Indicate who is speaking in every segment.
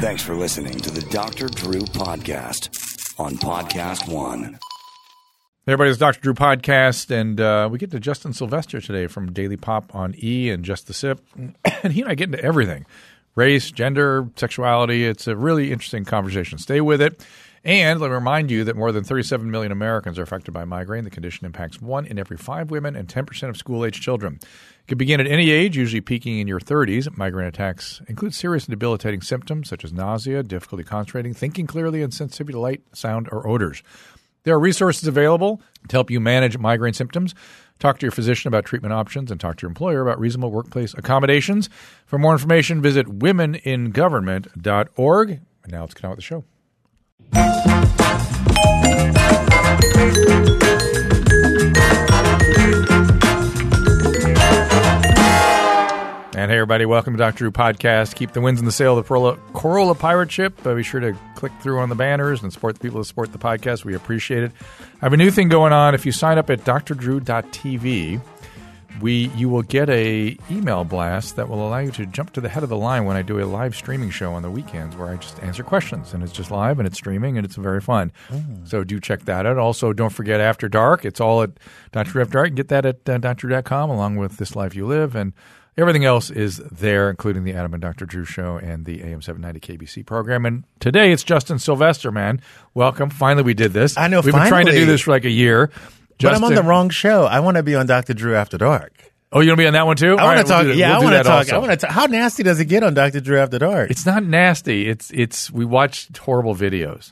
Speaker 1: Thanks for listening to the Dr. Drew Podcast on Podcast One.
Speaker 2: Hey everybody, it's Dr. Drew Podcast, and uh, we get to Justin Sylvester today from Daily Pop on E and Just the Sip. And he and I get into everything race, gender, sexuality. It's a really interesting conversation. Stay with it. And let me remind you that more than 37 million Americans are affected by migraine. The condition impacts one in every five women and 10% of school age children. It can begin at any age, usually peaking in your 30s. Migraine attacks include serious and debilitating symptoms such as nausea, difficulty concentrating, thinking clearly, and sensitivity to light, sound, or odors. There are resources available to help you manage migraine symptoms. Talk to your physician about treatment options and talk to your employer about reasonable workplace accommodations. For more information, visit womeningovernment.org. And now let's get on with the show. And hey, everybody, welcome to Dr. Drew Podcast. Keep the wins in the sail of the Corolla, Corolla Pirate Ship. Uh, be sure to click through on the banners and support the people that support the podcast. We appreciate it. I have a new thing going on. If you sign up at drdrew.tv, we you will get a email blast that will allow you to jump to the head of the line when I do a live streaming show on the weekends where I just answer questions and it's just live and it's streaming and it's very fun.
Speaker 3: Mm.
Speaker 2: So do check that out. Also, don't forget After Dark. It's all at Dr. After Dark. Get that at uh, drdrew.com along with This Life You Live and everything else is there, including the Adam and Dr. Drew show and the AM 790 KBC program. And today it's Justin Sylvester, man. Welcome. Finally, we did this.
Speaker 3: I know,
Speaker 2: We've been trying to do
Speaker 3: finally.
Speaker 2: this for like a year.
Speaker 3: But I'm on the
Speaker 2: Justin-
Speaker 3: wrong show. I want to be on Dr. Drew After Dark.
Speaker 2: Oh, you want to be on that one too?
Speaker 3: I want to talk. yeah, I want to talk. I want to. How nasty does it get on Dr. Drew After Dark?
Speaker 2: It's not nasty. It's it's we watched horrible videos.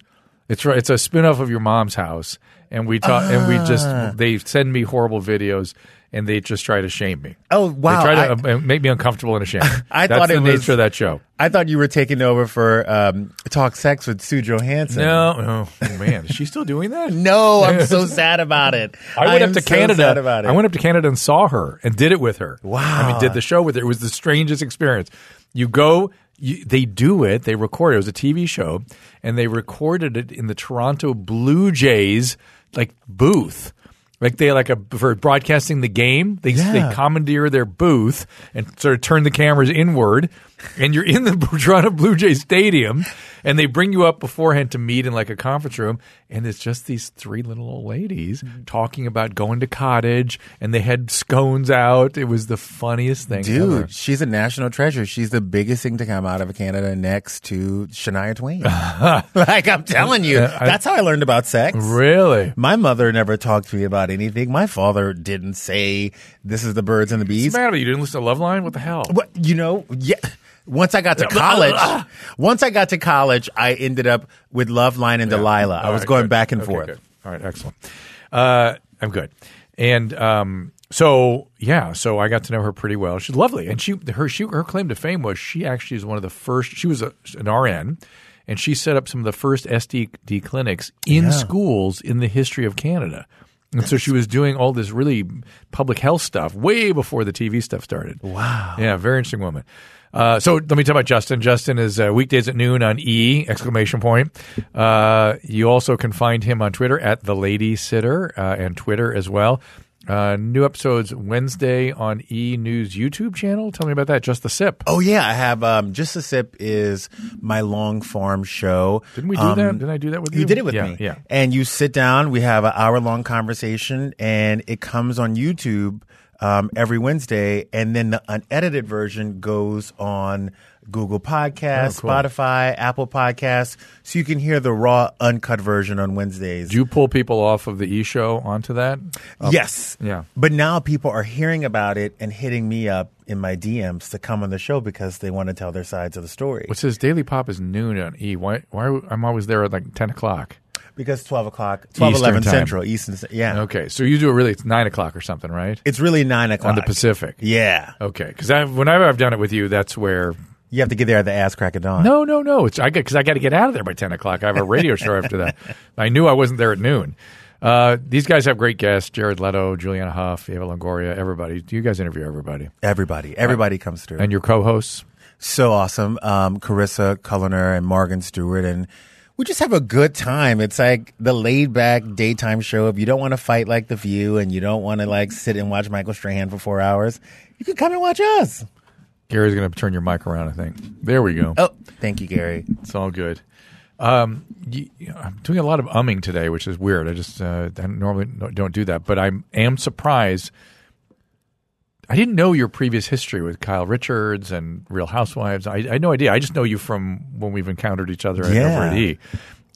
Speaker 2: It's right. It's a spin-off of your mom's house, and we talk. and we
Speaker 3: Ah.
Speaker 2: just they send me horrible videos, and they just try to shame me.
Speaker 3: oh wow!
Speaker 2: they try to
Speaker 3: I,
Speaker 2: um, make me uncomfortable and ashamed.
Speaker 3: I
Speaker 2: That's
Speaker 3: thought
Speaker 2: the
Speaker 3: it was-
Speaker 2: nature of that show.
Speaker 3: I thought you were taking over for um, Talk Sex with Sue Johansson.
Speaker 2: No, oh man, is she still doing that?
Speaker 3: No, I'm so sad about it.
Speaker 2: I went
Speaker 3: am
Speaker 2: up to
Speaker 3: so
Speaker 2: Canada.
Speaker 3: sad about it.
Speaker 2: I went up to Canada and saw her and did it with her. Wow. I mean, did the show with her. It was the strangest experience. You go, you, they do it, they record it. It was a TV show, and they recorded it in the Toronto Blue Jays like booth. Like they like a for broadcasting the game, they
Speaker 3: Yeah.
Speaker 2: they commandeer their booth and sort of turn the cameras inward, and you're in the Toronto Blue Jays stadium, and they bring you up beforehand to meet in like a conference room, and it's just these three little old ladies talking about going to cottage, and they had scones out. It was the funniest thing, ever.
Speaker 3: Dude, she's a national treasure. She's the biggest thing to come out of Canada next to Shania Twain. like I'm telling you, that's how I learned about sex.
Speaker 2: Really?
Speaker 3: My mother never talked to me about anything. My father didn't say this is the birds and the
Speaker 2: What's
Speaker 3: bees.
Speaker 2: the matter? You didn't listen to Love Line? What the hell?
Speaker 3: But you know, yeah. Once I got to college, once I got to college, I ended up with Loveline and Delilah. I
Speaker 2: All
Speaker 3: was
Speaker 2: right,
Speaker 3: going
Speaker 2: good.
Speaker 3: back and
Speaker 2: Okay,
Speaker 3: forth.
Speaker 2: good. All right, excellent. Uh, I'm good. And um, so yeah, so I got to know her pretty well. She's lovely, and she her she, her claim to fame was she actually is one of the first. She was a, an RN, and she set up some of the first SDD clinics in schools in the history of Canada. And so she was doing all this really public health stuff way before the TV stuff started. Wow. Yeah, very interesting woman. Uh, so let me talk about Justin. Justin is uh, weekdays at noon on E exclamation point. Uh, you also can find him on Twitter at the Lady Sitter uh, and Twitter as well. Uh, new episodes Wednesday on E News YouTube channel. Tell me about that. Just the sip.
Speaker 3: Oh yeah, I have. Um, Just a sip is my long form show.
Speaker 2: Didn't we do
Speaker 3: Um,
Speaker 2: that? Did I do that with you?
Speaker 3: You did it with
Speaker 2: yeah,
Speaker 3: me.
Speaker 2: Yeah.
Speaker 3: And you sit down, we have an hour long conversation, and it comes on YouTube um, every Wednesday. And then the unedited version goes on Google Podcasts,
Speaker 2: Oh, cool.
Speaker 3: Spotify, Apple Podcasts. So you can hear the raw, uncut version on Wednesdays.
Speaker 2: Do you pull people off of the E show onto that?
Speaker 3: yes.
Speaker 2: Yeah.
Speaker 3: But now people are hearing about it and hitting me up in my DMs to come on the show because they want to tell their sides of the story.
Speaker 2: It says Daily Pop is noon on E. Why? Why? I'm always there at like ten o'clock.
Speaker 3: because 12 o'clock, 12,
Speaker 2: Eastern
Speaker 3: 11
Speaker 2: time.
Speaker 3: Central, Eastern. Yeah.
Speaker 2: Okay, so you do it really. It's nine o'clock or something, right?
Speaker 3: It's really 9 o'clock.
Speaker 2: on the Pacific.
Speaker 3: Yeah.
Speaker 2: Okay, because I, whenever I've done it with you, that's where.
Speaker 3: You have to get there at the ass crack of dawn.
Speaker 2: No, no, no. It's I get because I got to get out of there by ten o'clock. I have a radio show after that. I knew I wasn't there at noon. Uh, these guys have great guests: Jared Leto, Juliana Hough, Eva Longoria, everybody. You guys interview everybody,
Speaker 3: Everybody, everybody comes through.
Speaker 2: and your co-hosts.
Speaker 3: so awesome. Um, Carissa Culliner and Morgan Stewart and we just have a good time. It's like the laid back daytime show. If you don't want to fight like The View and you don't want to like sit and watch Michael Strahan for four hours, you can come and watch us.
Speaker 2: Gary's going to turn your mic around, I think. There we go.
Speaker 3: Oh, thank you, Gary.
Speaker 2: It's all good. Um, you, you know, I'm doing a lot of umming today, which is weird. I just uh, I normally no- don't do that, but I am surprised. I didn't know your previous history with Kyle Richards and Real Housewives. I, I had no idea. I just know you from when we've encountered each other at
Speaker 3: Yeah.
Speaker 2: over at E.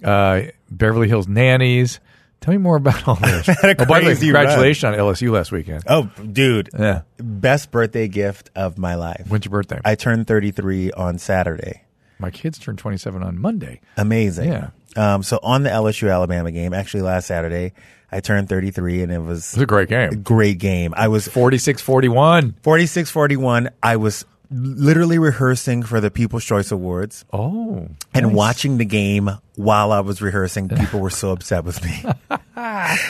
Speaker 2: Uh, Beverly Hills Nannies. Tell me more about all this.
Speaker 3: a
Speaker 2: oh, by the way,
Speaker 3: crazy run.
Speaker 2: congratulations on LSU last weekend.
Speaker 3: Oh, dude.
Speaker 2: Yeah.
Speaker 3: Best birthday gift of my life.
Speaker 2: When's your birthday?
Speaker 3: I turned 33 on Saturday.
Speaker 2: My kids turned 27 on Monday.
Speaker 3: Amazing.
Speaker 2: Yeah.
Speaker 3: Um, so on the LSU Alabama game, actually last Saturday, I turned 33 and it was
Speaker 2: It was a great
Speaker 3: a
Speaker 2: game.
Speaker 3: great game. I was
Speaker 2: 46 41.
Speaker 3: 46 41. I was literally rehearsing for the People's Choice Awards
Speaker 2: Oh.
Speaker 3: and watching the game while I was rehearsing. People were so upset with me.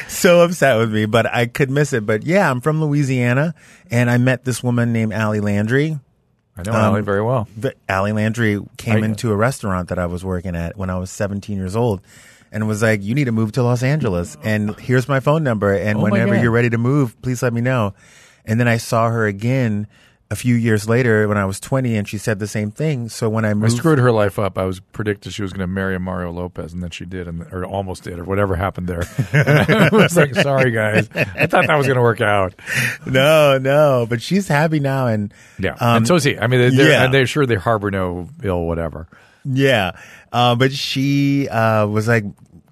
Speaker 3: so upset with me, but I could miss it. But yeah, I'm from Louisiana and I met this woman named Allie Landry.
Speaker 2: I know Allie very well.
Speaker 3: the, Allie Landry came
Speaker 2: I-
Speaker 3: into a restaurant that I was working at when I was 17 years old and was like, You need to move to Los Angeles. And here's my phone number. And
Speaker 2: Oh my
Speaker 3: whenever
Speaker 2: God.
Speaker 3: you're ready to move, please let me know. And then I saw her again a few years later when I was 20 and she said the same thing. So when I
Speaker 2: I
Speaker 3: moved,
Speaker 2: screwed her life up. I was predicted she was going to marry a Mario Lopez, and then she did, and or almost did, or whatever happened there. And I was like, "Sorry, guys, I thought that was going to work out."
Speaker 3: no, no, but she's happy now. And
Speaker 2: Yeah,
Speaker 3: um,
Speaker 2: and so is he. I mean, they're, they're,
Speaker 3: yeah.
Speaker 2: and they're sure they harbor no ill, whatever.
Speaker 3: Yeah. Uh, but she uh, was like,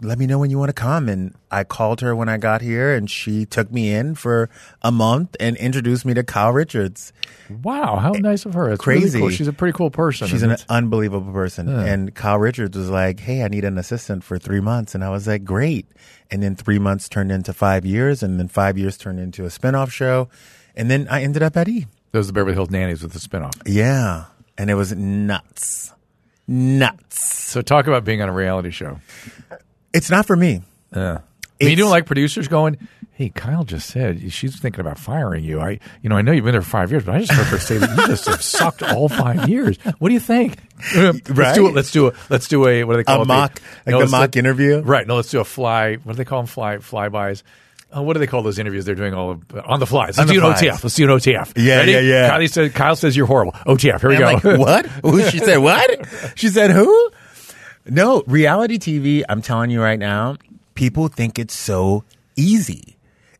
Speaker 3: let me know when you want to come. And I called her when I got here, and she took me in for a month and introduced me to Kyle Richards.
Speaker 2: Wow, how nice of her! That's really
Speaker 3: Crazy.
Speaker 2: cool. Eh, She's a pretty cool person.
Speaker 3: She's
Speaker 2: and
Speaker 3: an
Speaker 2: it's-
Speaker 3: unbelievable person. And Kyle Richards was like, hey, I need an assistant for three months. And I was like, great. And then three months turned into five years, and then five years turned into a spinoff show. And then I ended up at E.
Speaker 2: those are the Beverly Hills Nannies with the spinoff.
Speaker 3: Yeah. And it was nuts. Nuts.
Speaker 2: So talk about being on a reality show.
Speaker 3: It's not for me.
Speaker 2: Yeah. I mean, you
Speaker 3: It's-
Speaker 2: don't like producers going, "Hey, Kyle just said she's thinking about firing you." I, you know, I know you've been there for five years, but I just heard her say that you just have sucked all five years. What do you think? Let's do it.
Speaker 3: Right.
Speaker 2: Let's do a. Let's do a. What do they call
Speaker 3: A
Speaker 2: it?
Speaker 3: mock- like the
Speaker 2: let's
Speaker 3: mock
Speaker 2: do-
Speaker 3: interview?
Speaker 2: Right. No, let's do a fly. What do they call them? Fly flybys. Uh, what do they call those interviews they're doing all of, uh, on the flies?
Speaker 3: On
Speaker 2: Let's
Speaker 3: the
Speaker 2: do an
Speaker 3: flies.
Speaker 2: OTF. Let's do an OTF.
Speaker 3: Yeah,
Speaker 2: Ready?
Speaker 3: yeah, yeah.
Speaker 2: Kyle says, Kyle says you're horrible. OTF. Here we
Speaker 3: And
Speaker 2: go.
Speaker 3: I'm like, what? Who? She said what? She said who? No, reality TV, I'm telling you right now, people think it's so easy.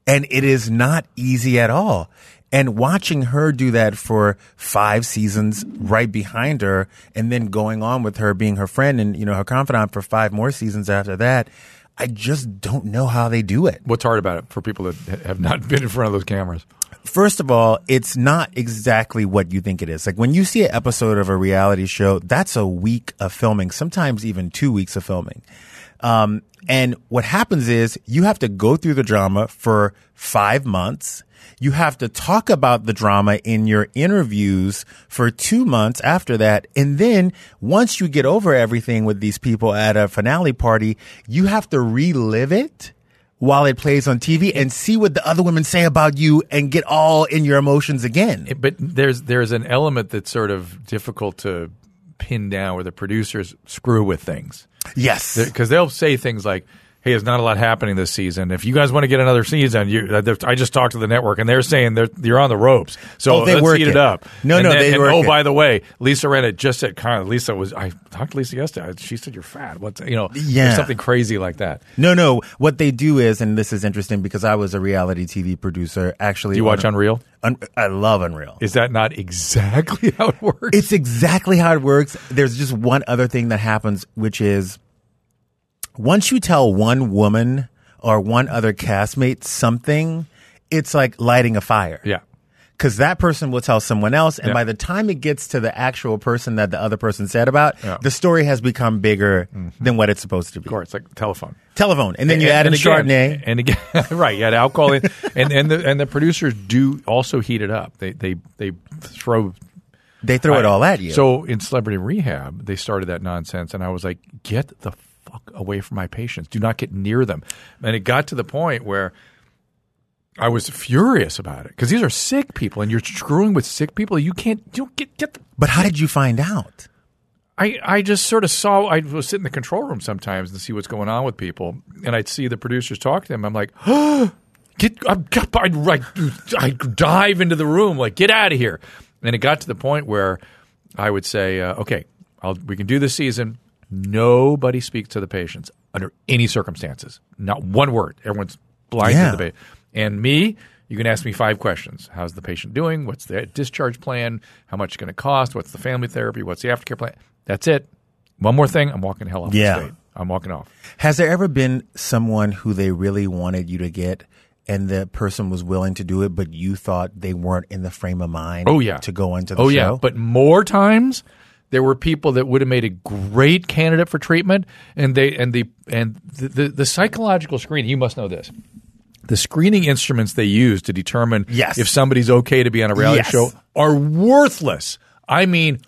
Speaker 3: And it is not easy at all. And watching her do that for five seasons right behind her and then going on with her being her friend and, you know, her confidant for five more seasons after that, I just don't know how they do it.
Speaker 2: What's hard about it for people that ha- have not been in front of those cameras?
Speaker 3: First of all, it's not exactly what you think it is. Like when you see an episode of a reality show, that's a week of filming, sometimes even two weeks of filming. Um, and what happens is you have to go through the drama for five months. You have to talk about the drama in your interviews for two months after that. And then once you get over everything with these people at a finale party, you have to relive it while it plays on TV and see what the other women say about you and get all in your emotions again.
Speaker 2: It- but there's there's an element that's sort of difficult to pin down where the producers screw with things
Speaker 3: yes.
Speaker 2: because they'll say things like hey there's not a lot happening this season if you guys want to get another season you, uh, i just talked to the network and they're saying they're, you're on the ropes so
Speaker 3: Oh, they
Speaker 2: let's
Speaker 3: work
Speaker 2: heat it,
Speaker 3: it.
Speaker 2: up
Speaker 3: No,
Speaker 2: And
Speaker 3: no,
Speaker 2: then-
Speaker 3: they
Speaker 2: and,
Speaker 3: work
Speaker 2: oh
Speaker 3: it.
Speaker 2: by the way lisa renna just said kind of lisa was i talked to lisa yesterday she said you're fat what's you know there's
Speaker 3: Yeah.
Speaker 2: something crazy like that
Speaker 3: No, no. What they do is, and this is interesting because I was a reality TV producer. Actually,
Speaker 2: do you watch unreal
Speaker 3: Un- I love Unreal.
Speaker 2: is that not exactly how it works
Speaker 3: It's exactly how it works. There's just one other thing that happens, which is once you tell one woman or one other castmate something, it's like lighting a fire.
Speaker 2: yeah
Speaker 3: because that person will tell someone else, and
Speaker 2: Yeah.
Speaker 3: by the time it gets to the actual person that the other person said about,
Speaker 2: Yeah.
Speaker 3: the story has become bigger than what it's supposed to be.
Speaker 2: of course like telephone
Speaker 3: Telephone, and then you add in Chardonnay.
Speaker 2: and again, right? You add alcohol in, and and the and the producers do also heat it up. They they they throw
Speaker 3: They throw it all at you.
Speaker 2: So in Celebrity Rehab, they started that nonsense, and I was like, get the fuck away from my patients. Do not get near them. And it got to the point where. I was furious about it because these are sick people, and you're screwing with sick people. You can't. You don't get get the
Speaker 3: but how did you find out?
Speaker 2: I, I just sort of saw I was sitting in the control room sometimes and see what's going on with people, and I'd see the producers talk to them. I'm like, get I'm, I'd, I'd, I'd dive into the room like get out of here. And it got to the point where I would say, uh, okay, I'll, we can do this season. Nobody speaks to the patients under any circumstances. Not one word. Everyone's blind
Speaker 3: Yeah.
Speaker 2: to the patient. And me, you can ask me five questions. How's the patient doing? What's the discharge plan? How much it's going to cost? What's the family therapy? What's the aftercare plan? That's it. One more thing, I'm walking the hell off
Speaker 3: Yeah.
Speaker 2: the state. I'm walking off.
Speaker 3: Has there ever been someone who they really wanted you to get and the person was willing to do it, but you thought they weren't in the frame of mind
Speaker 2: Oh, yeah.
Speaker 3: to go into the
Speaker 2: Oh
Speaker 3: show?
Speaker 2: yeah, but more times there were people that would have made a great candidate for treatment, and they and the and the the, the psychological screening. You must know this. The screening instruments they use to determine
Speaker 3: Yes.
Speaker 2: if somebody's okay to be on a reality
Speaker 3: Yes.
Speaker 2: show are worthless. I mean,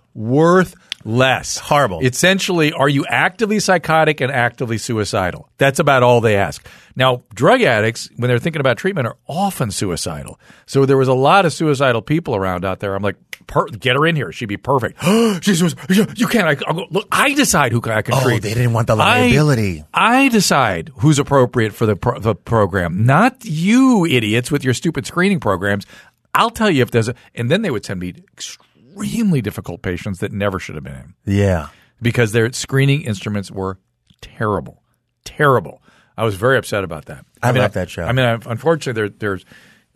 Speaker 2: worthless.
Speaker 3: horrible.
Speaker 2: Essentially, are you actively psychotic and actively suicidal? That's about all they ask. Now, drug addicts, when they're thinking about treatment, are often suicidal. So there was a lot of suicidal people around out there. I'm like, per- get her in here. She'd be perfect. She's suicidal. You can't. I, will go, look, I decide who I can
Speaker 3: Oh,
Speaker 2: treat.
Speaker 3: they didn't want the
Speaker 2: I-
Speaker 3: liability.
Speaker 2: I decide who's appropriate for the, pro- the program, not you idiots with your stupid screening programs. I'll tell you if there's a. And then they would send me extremely difficult patients that never should have been in
Speaker 3: yeah.
Speaker 2: because their screening instruments were terrible, terrible. I was very upset about that.
Speaker 3: I
Speaker 2: mean,
Speaker 3: like that show.
Speaker 2: I mean, I've- unfortunately, there, there's,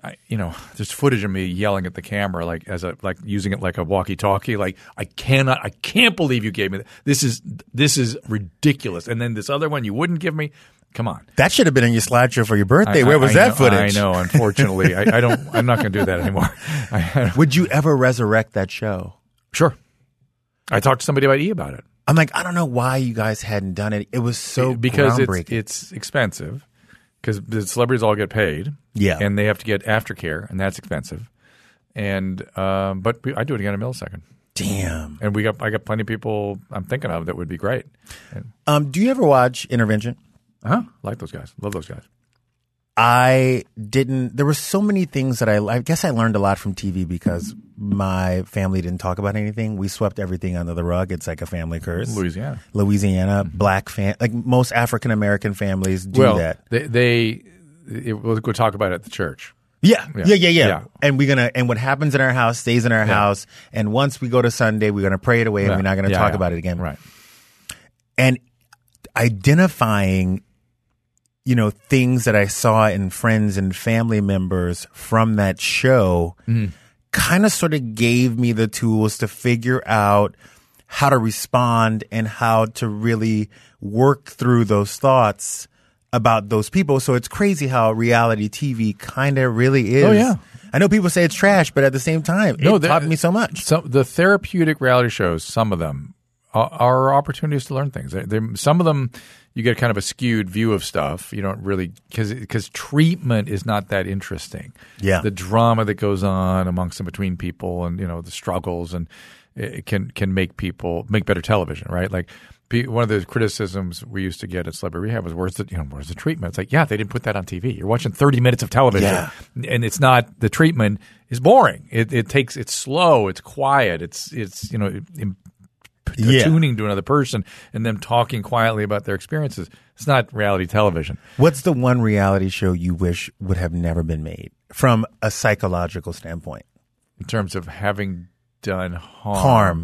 Speaker 2: I, you know, there's footage of me yelling at the camera, like as a like using it like a walkie-talkie. Like I cannot, I can't believe you gave me that. this. Is this is ridiculous? And then this other one you wouldn't give me. Come on.
Speaker 3: That should have been in your slideshow for your
Speaker 2: I-
Speaker 3: birthday. Where
Speaker 2: I-
Speaker 3: was
Speaker 2: I
Speaker 3: that
Speaker 2: know-
Speaker 3: footage?
Speaker 2: I know. Unfortunately, I, I don't. I'm not going to do that anymore. I, I don't-
Speaker 3: Would you ever resurrect that show?
Speaker 2: sure. I talked to somebody about E about it.
Speaker 3: I'm like, I don't know why you guys hadn't done it. It was so
Speaker 2: because
Speaker 3: groundbreaking.
Speaker 2: it's, it's expensive because the celebrities all get paid
Speaker 3: Yeah.
Speaker 2: and they have to get aftercare and that's expensive and um, but we, i do it again in a millisecond
Speaker 3: Damn.
Speaker 2: and we got i got plenty of people i'm thinking of that would be great
Speaker 3: Um, do you ever watch Intervention?
Speaker 2: huh like those guys love those guys
Speaker 3: I didn't. There were so many things that I. I guess I learned a lot from TV because my family didn't talk about anything. We swept everything under the rug. It's like a family curse.
Speaker 2: louisiana
Speaker 3: Louisiana, black fam, like most African American families
Speaker 2: Mm-hmm.
Speaker 3: do
Speaker 2: well
Speaker 3: that.
Speaker 2: they, they it, we'll, we'll talk about it at the church
Speaker 3: Yeah, yeah, yeah, yeah,
Speaker 2: yeah.
Speaker 3: And we're gonna. And what happens in our house stays in our house. And once we go to Sunday, we're gonna pray it away, and we're not gonna
Speaker 2: Yeah,
Speaker 3: talk
Speaker 2: yeah.
Speaker 3: about it again.
Speaker 2: right
Speaker 3: and identifying you know things that i saw in friends and family members from that show
Speaker 2: Mm-hmm.
Speaker 3: kind of sort of gave me the tools to figure out how to respond and how to really work through those thoughts about those people so it's crazy how reality tv kind of really is
Speaker 2: Oh, yeah.
Speaker 3: i know people say it's trash but at the same time
Speaker 2: No,
Speaker 3: it
Speaker 2: the-
Speaker 3: taught me so much
Speaker 2: some the therapeutic reality shows, some of them are, are opportunities to learn things. They, they, some of them you get kind of a skewed view of stuff. You don't really because because treatment is not that interesting.
Speaker 3: Yeah.
Speaker 2: the drama that goes on amongst and between people, and you know the struggles, and it can can make people make better television, right? Like. pe- One of the criticisms we used to get at Celebrity Rehab was, "Where's the you know, where's the treatment?" It's like, yeah, they didn't put that on TV. You're watching 30 minutes of television,
Speaker 3: Yeah.
Speaker 2: and it's not the treatment is boring. It, it takes it's slow, it's quiet, it's it's you know im-
Speaker 3: Yeah.
Speaker 2: tuning to another person and them talking quietly about their experiences. It's not reality television.
Speaker 3: What's the one reality show you wish would have never been made from a psychological standpoint?
Speaker 2: in terms of having done harm.
Speaker 3: Harm.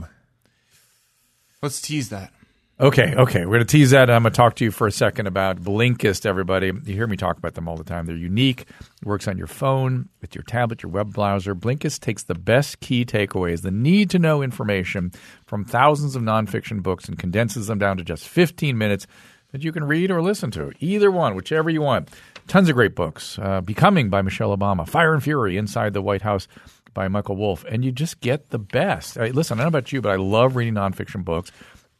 Speaker 4: Let's tease that.
Speaker 2: Okay, okay. We're going to tease that. I'm going to talk to you for a second about Blinkist, everybody. You hear me talk about them all the time. They're unique. It works on your phone, with your tablet, your web browser. Blinkist takes the best key takeaways, the need to know information from thousands of nonfiction books and condenses them down to just 15 minutes that you can read or listen to. Either one, whichever you want. Tons of great books. Uh, Becoming by Michelle Obama, Fire and Fury Inside the White House by Michael Wolff. And you just get the best. Hey, listen, I don't know about you, but I love reading nonfiction books.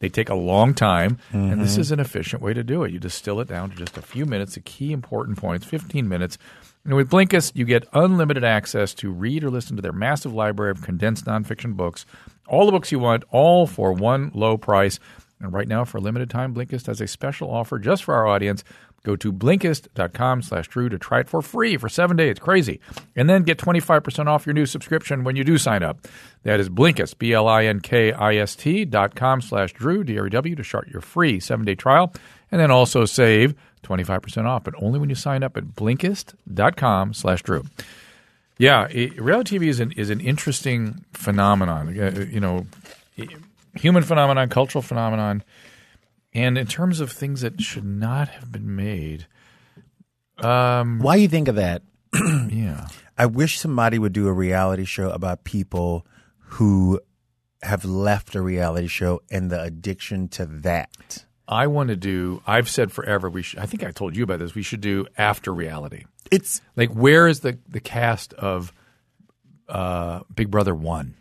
Speaker 2: They take a long time, and this is an efficient way to do it. You distill it down to just a few minutes, the key important points, 15 minutes. And with Blinkist, you get unlimited access to read or listen to their massive library of condensed nonfiction books, all the books you want, all for one low price. And right now, for a limited time, Blinkist has a special offer just for our audience. Go to Blinkist.com slash Drew to try it for free for seven days. Crazy. And then get 25% off your new subscription when you do sign up. That is Blinkist, B-L-I-N-K-I-S-T dot com slash Drew, D-R-E-W, to start your free seven-day trial. And then also save 25% off, but only when you sign up at Blinkist.com slash Drew. Yeah, it, reality TV is an is an interesting phenomenon. Uh, You know, i- human phenomenon, cultural phenomenon, and in terms of things that should not have been made.
Speaker 3: Why you think of that?
Speaker 2: Yeah,
Speaker 3: I wish somebody would do a reality show about people who have left a reality show and the addiction to that.
Speaker 2: I want to do. I've said forever. We should. I think I told you about this. We should do after reality.
Speaker 3: It's
Speaker 2: Like, where is the the cast of uh, Big Brother One?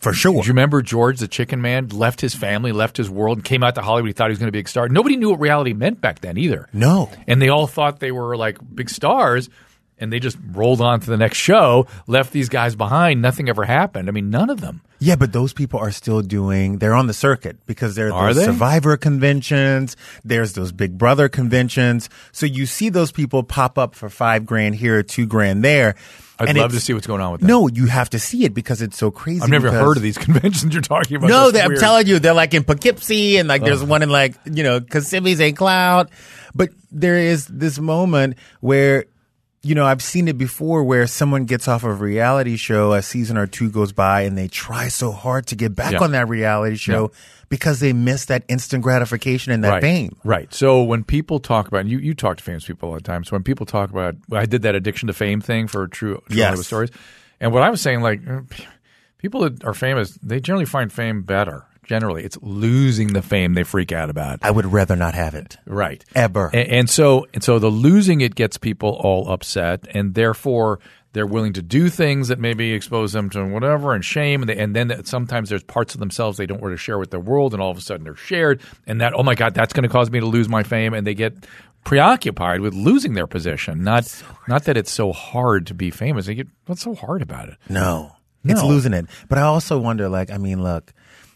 Speaker 3: for sure.
Speaker 2: Do you remember George the Chicken Man left his family, left his world, and came out to Hollywood? He thought he was going to be a big star. Nobody knew what reality meant back then either.
Speaker 3: No.
Speaker 2: And they all thought they were like big stars, and they just rolled on to the next show, left these guys behind. Nothing ever happened. I mean, none of them.
Speaker 3: Yeah, but those people are still doing. They're on the circuit because there are
Speaker 2: Are
Speaker 3: those
Speaker 2: they?
Speaker 3: Survivor conventions. There's those Big Brother conventions. So you see those people pop up for five grand here, two grand there.
Speaker 2: I'd
Speaker 3: And
Speaker 2: love to
Speaker 3: it's-
Speaker 2: see what's going on with that.
Speaker 3: No, you have to see it because it's so crazy.
Speaker 2: I've never
Speaker 3: because-
Speaker 2: heard of these conventions you're talking about.
Speaker 3: No,
Speaker 2: That's
Speaker 3: they, I'm
Speaker 2: weird.
Speaker 3: telling you, they're like in Poughkeepsie and like there's one in like, you know, Kissimmee St. Cloud. But there is this moment where, you know, I've seen it before where someone gets off of a reality show, a season or two goes by and they try so hard to get back
Speaker 2: Yeah.
Speaker 3: on that reality show because they miss that instant gratification and that
Speaker 2: right.
Speaker 3: fame.
Speaker 2: Right. So when people talk about and you, you talk to famous people all the time. So when people talk about, well, I did that addiction to fame thing for true, true
Speaker 3: Yes.
Speaker 2: Hollywood stories, and what I was saying, like eh, people that are famous, they generally find fame better. Generally, it's losing the fame they freak out about.
Speaker 3: I would rather not have it.
Speaker 2: Right.
Speaker 3: Ever.
Speaker 2: A- And, so and so the losing it gets people all upset and therefore they're willing to do things that maybe expose them to whatever and shame and, they, and then sometimes there's parts of themselves they don't want to share with the world and all of a sudden they're shared and that oh my god that's going to cause me to lose my fame and they get preoccupied with losing their position not not that it's so hard to be famous they get what's so hard about it
Speaker 3: No. It's
Speaker 2: No.
Speaker 3: losing it. But I also wonder, like, I mean, look,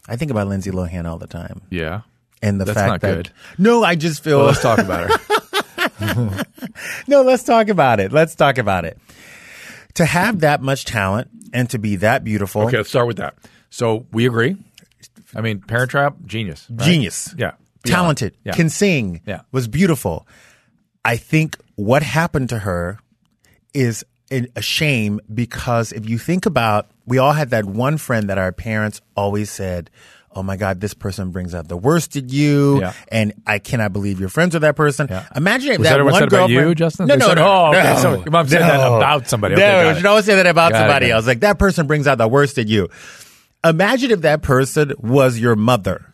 Speaker 3: I think about Lindsay Lohan all the time.
Speaker 2: yeah
Speaker 3: And the
Speaker 2: That's
Speaker 3: fact
Speaker 2: not
Speaker 3: that
Speaker 2: good.
Speaker 3: no, I just feel
Speaker 2: well, let's talk about it
Speaker 3: No, let's talk about it. Let's talk about it. To have that much talent and to be that beautiful,
Speaker 2: okay let's start with that so we agree i mean parent trap genius right?
Speaker 3: genius,
Speaker 2: yeah
Speaker 3: talented,
Speaker 2: Yeah.
Speaker 3: can sing,
Speaker 2: Yeah.
Speaker 3: was beautiful. I think what happened to her is an- a shame because if you think about, we all had that one friend that our parents always said, "Oh my God, this person brings out the worst in you,"
Speaker 2: Yeah.
Speaker 3: and I cannot believe you're friends with that person. Imagine if
Speaker 2: Was that,
Speaker 3: that
Speaker 2: what
Speaker 3: one
Speaker 2: said about
Speaker 3: girlfriend.
Speaker 2: you, Justin?
Speaker 3: No,
Speaker 2: They
Speaker 3: no,
Speaker 2: said,
Speaker 3: no.
Speaker 2: Oh,
Speaker 3: no,
Speaker 2: okay.
Speaker 3: no.
Speaker 2: So your mom said that
Speaker 3: No.
Speaker 2: about somebody.
Speaker 3: No,
Speaker 2: Okay, got
Speaker 3: you
Speaker 2: it.
Speaker 3: should always say that about
Speaker 2: Got it,
Speaker 3: somebody
Speaker 2: got it.
Speaker 3: else. Like that person brings out the worst in you. Imagine if that person was your mother.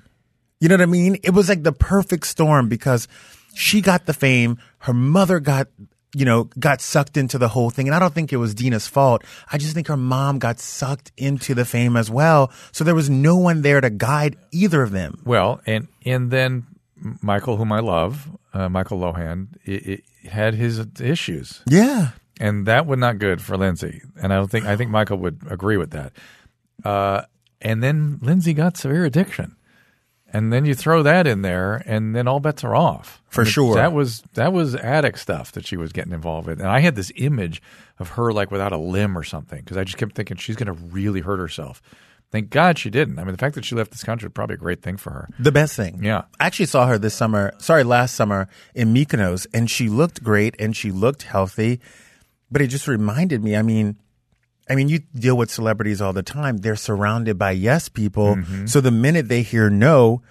Speaker 3: You know what I mean? It was like the perfect storm because she got the fame, her mother got you know got sucked into the whole thing and i don't think it was dina's fault i just think her mom got sucked into the fame as well so there was no one there to guide either of them
Speaker 2: Well, and and then M- Michael, whom I love, uh, Michael Lohan, i i had his issues,
Speaker 3: yeah
Speaker 2: and that was not good for Lindsay. And I don't think I think Michael would agree with that. Uh, and then Lindsay got severe addiction, and then you throw that in there, and then all bets are off
Speaker 3: For
Speaker 2: I mean,
Speaker 3: sure.
Speaker 2: That was that was addict stuff that she was getting involved in, and I had this image of her like without a limb or something because I just kept thinking she's going to really hurt herself. Thank God she didn't. I mean, the fact that she left this country was probably a great thing for her.
Speaker 3: The best thing.
Speaker 2: Yeah.
Speaker 3: I actually saw her this summer, sorry, last summer in Mykonos, and she looked great and she looked healthy. But it just reminded me, I mean, I mean, you deal with celebrities all the time. They're surrounded by yes people.
Speaker 2: Mm-hmm.
Speaker 3: So the minute they hear no,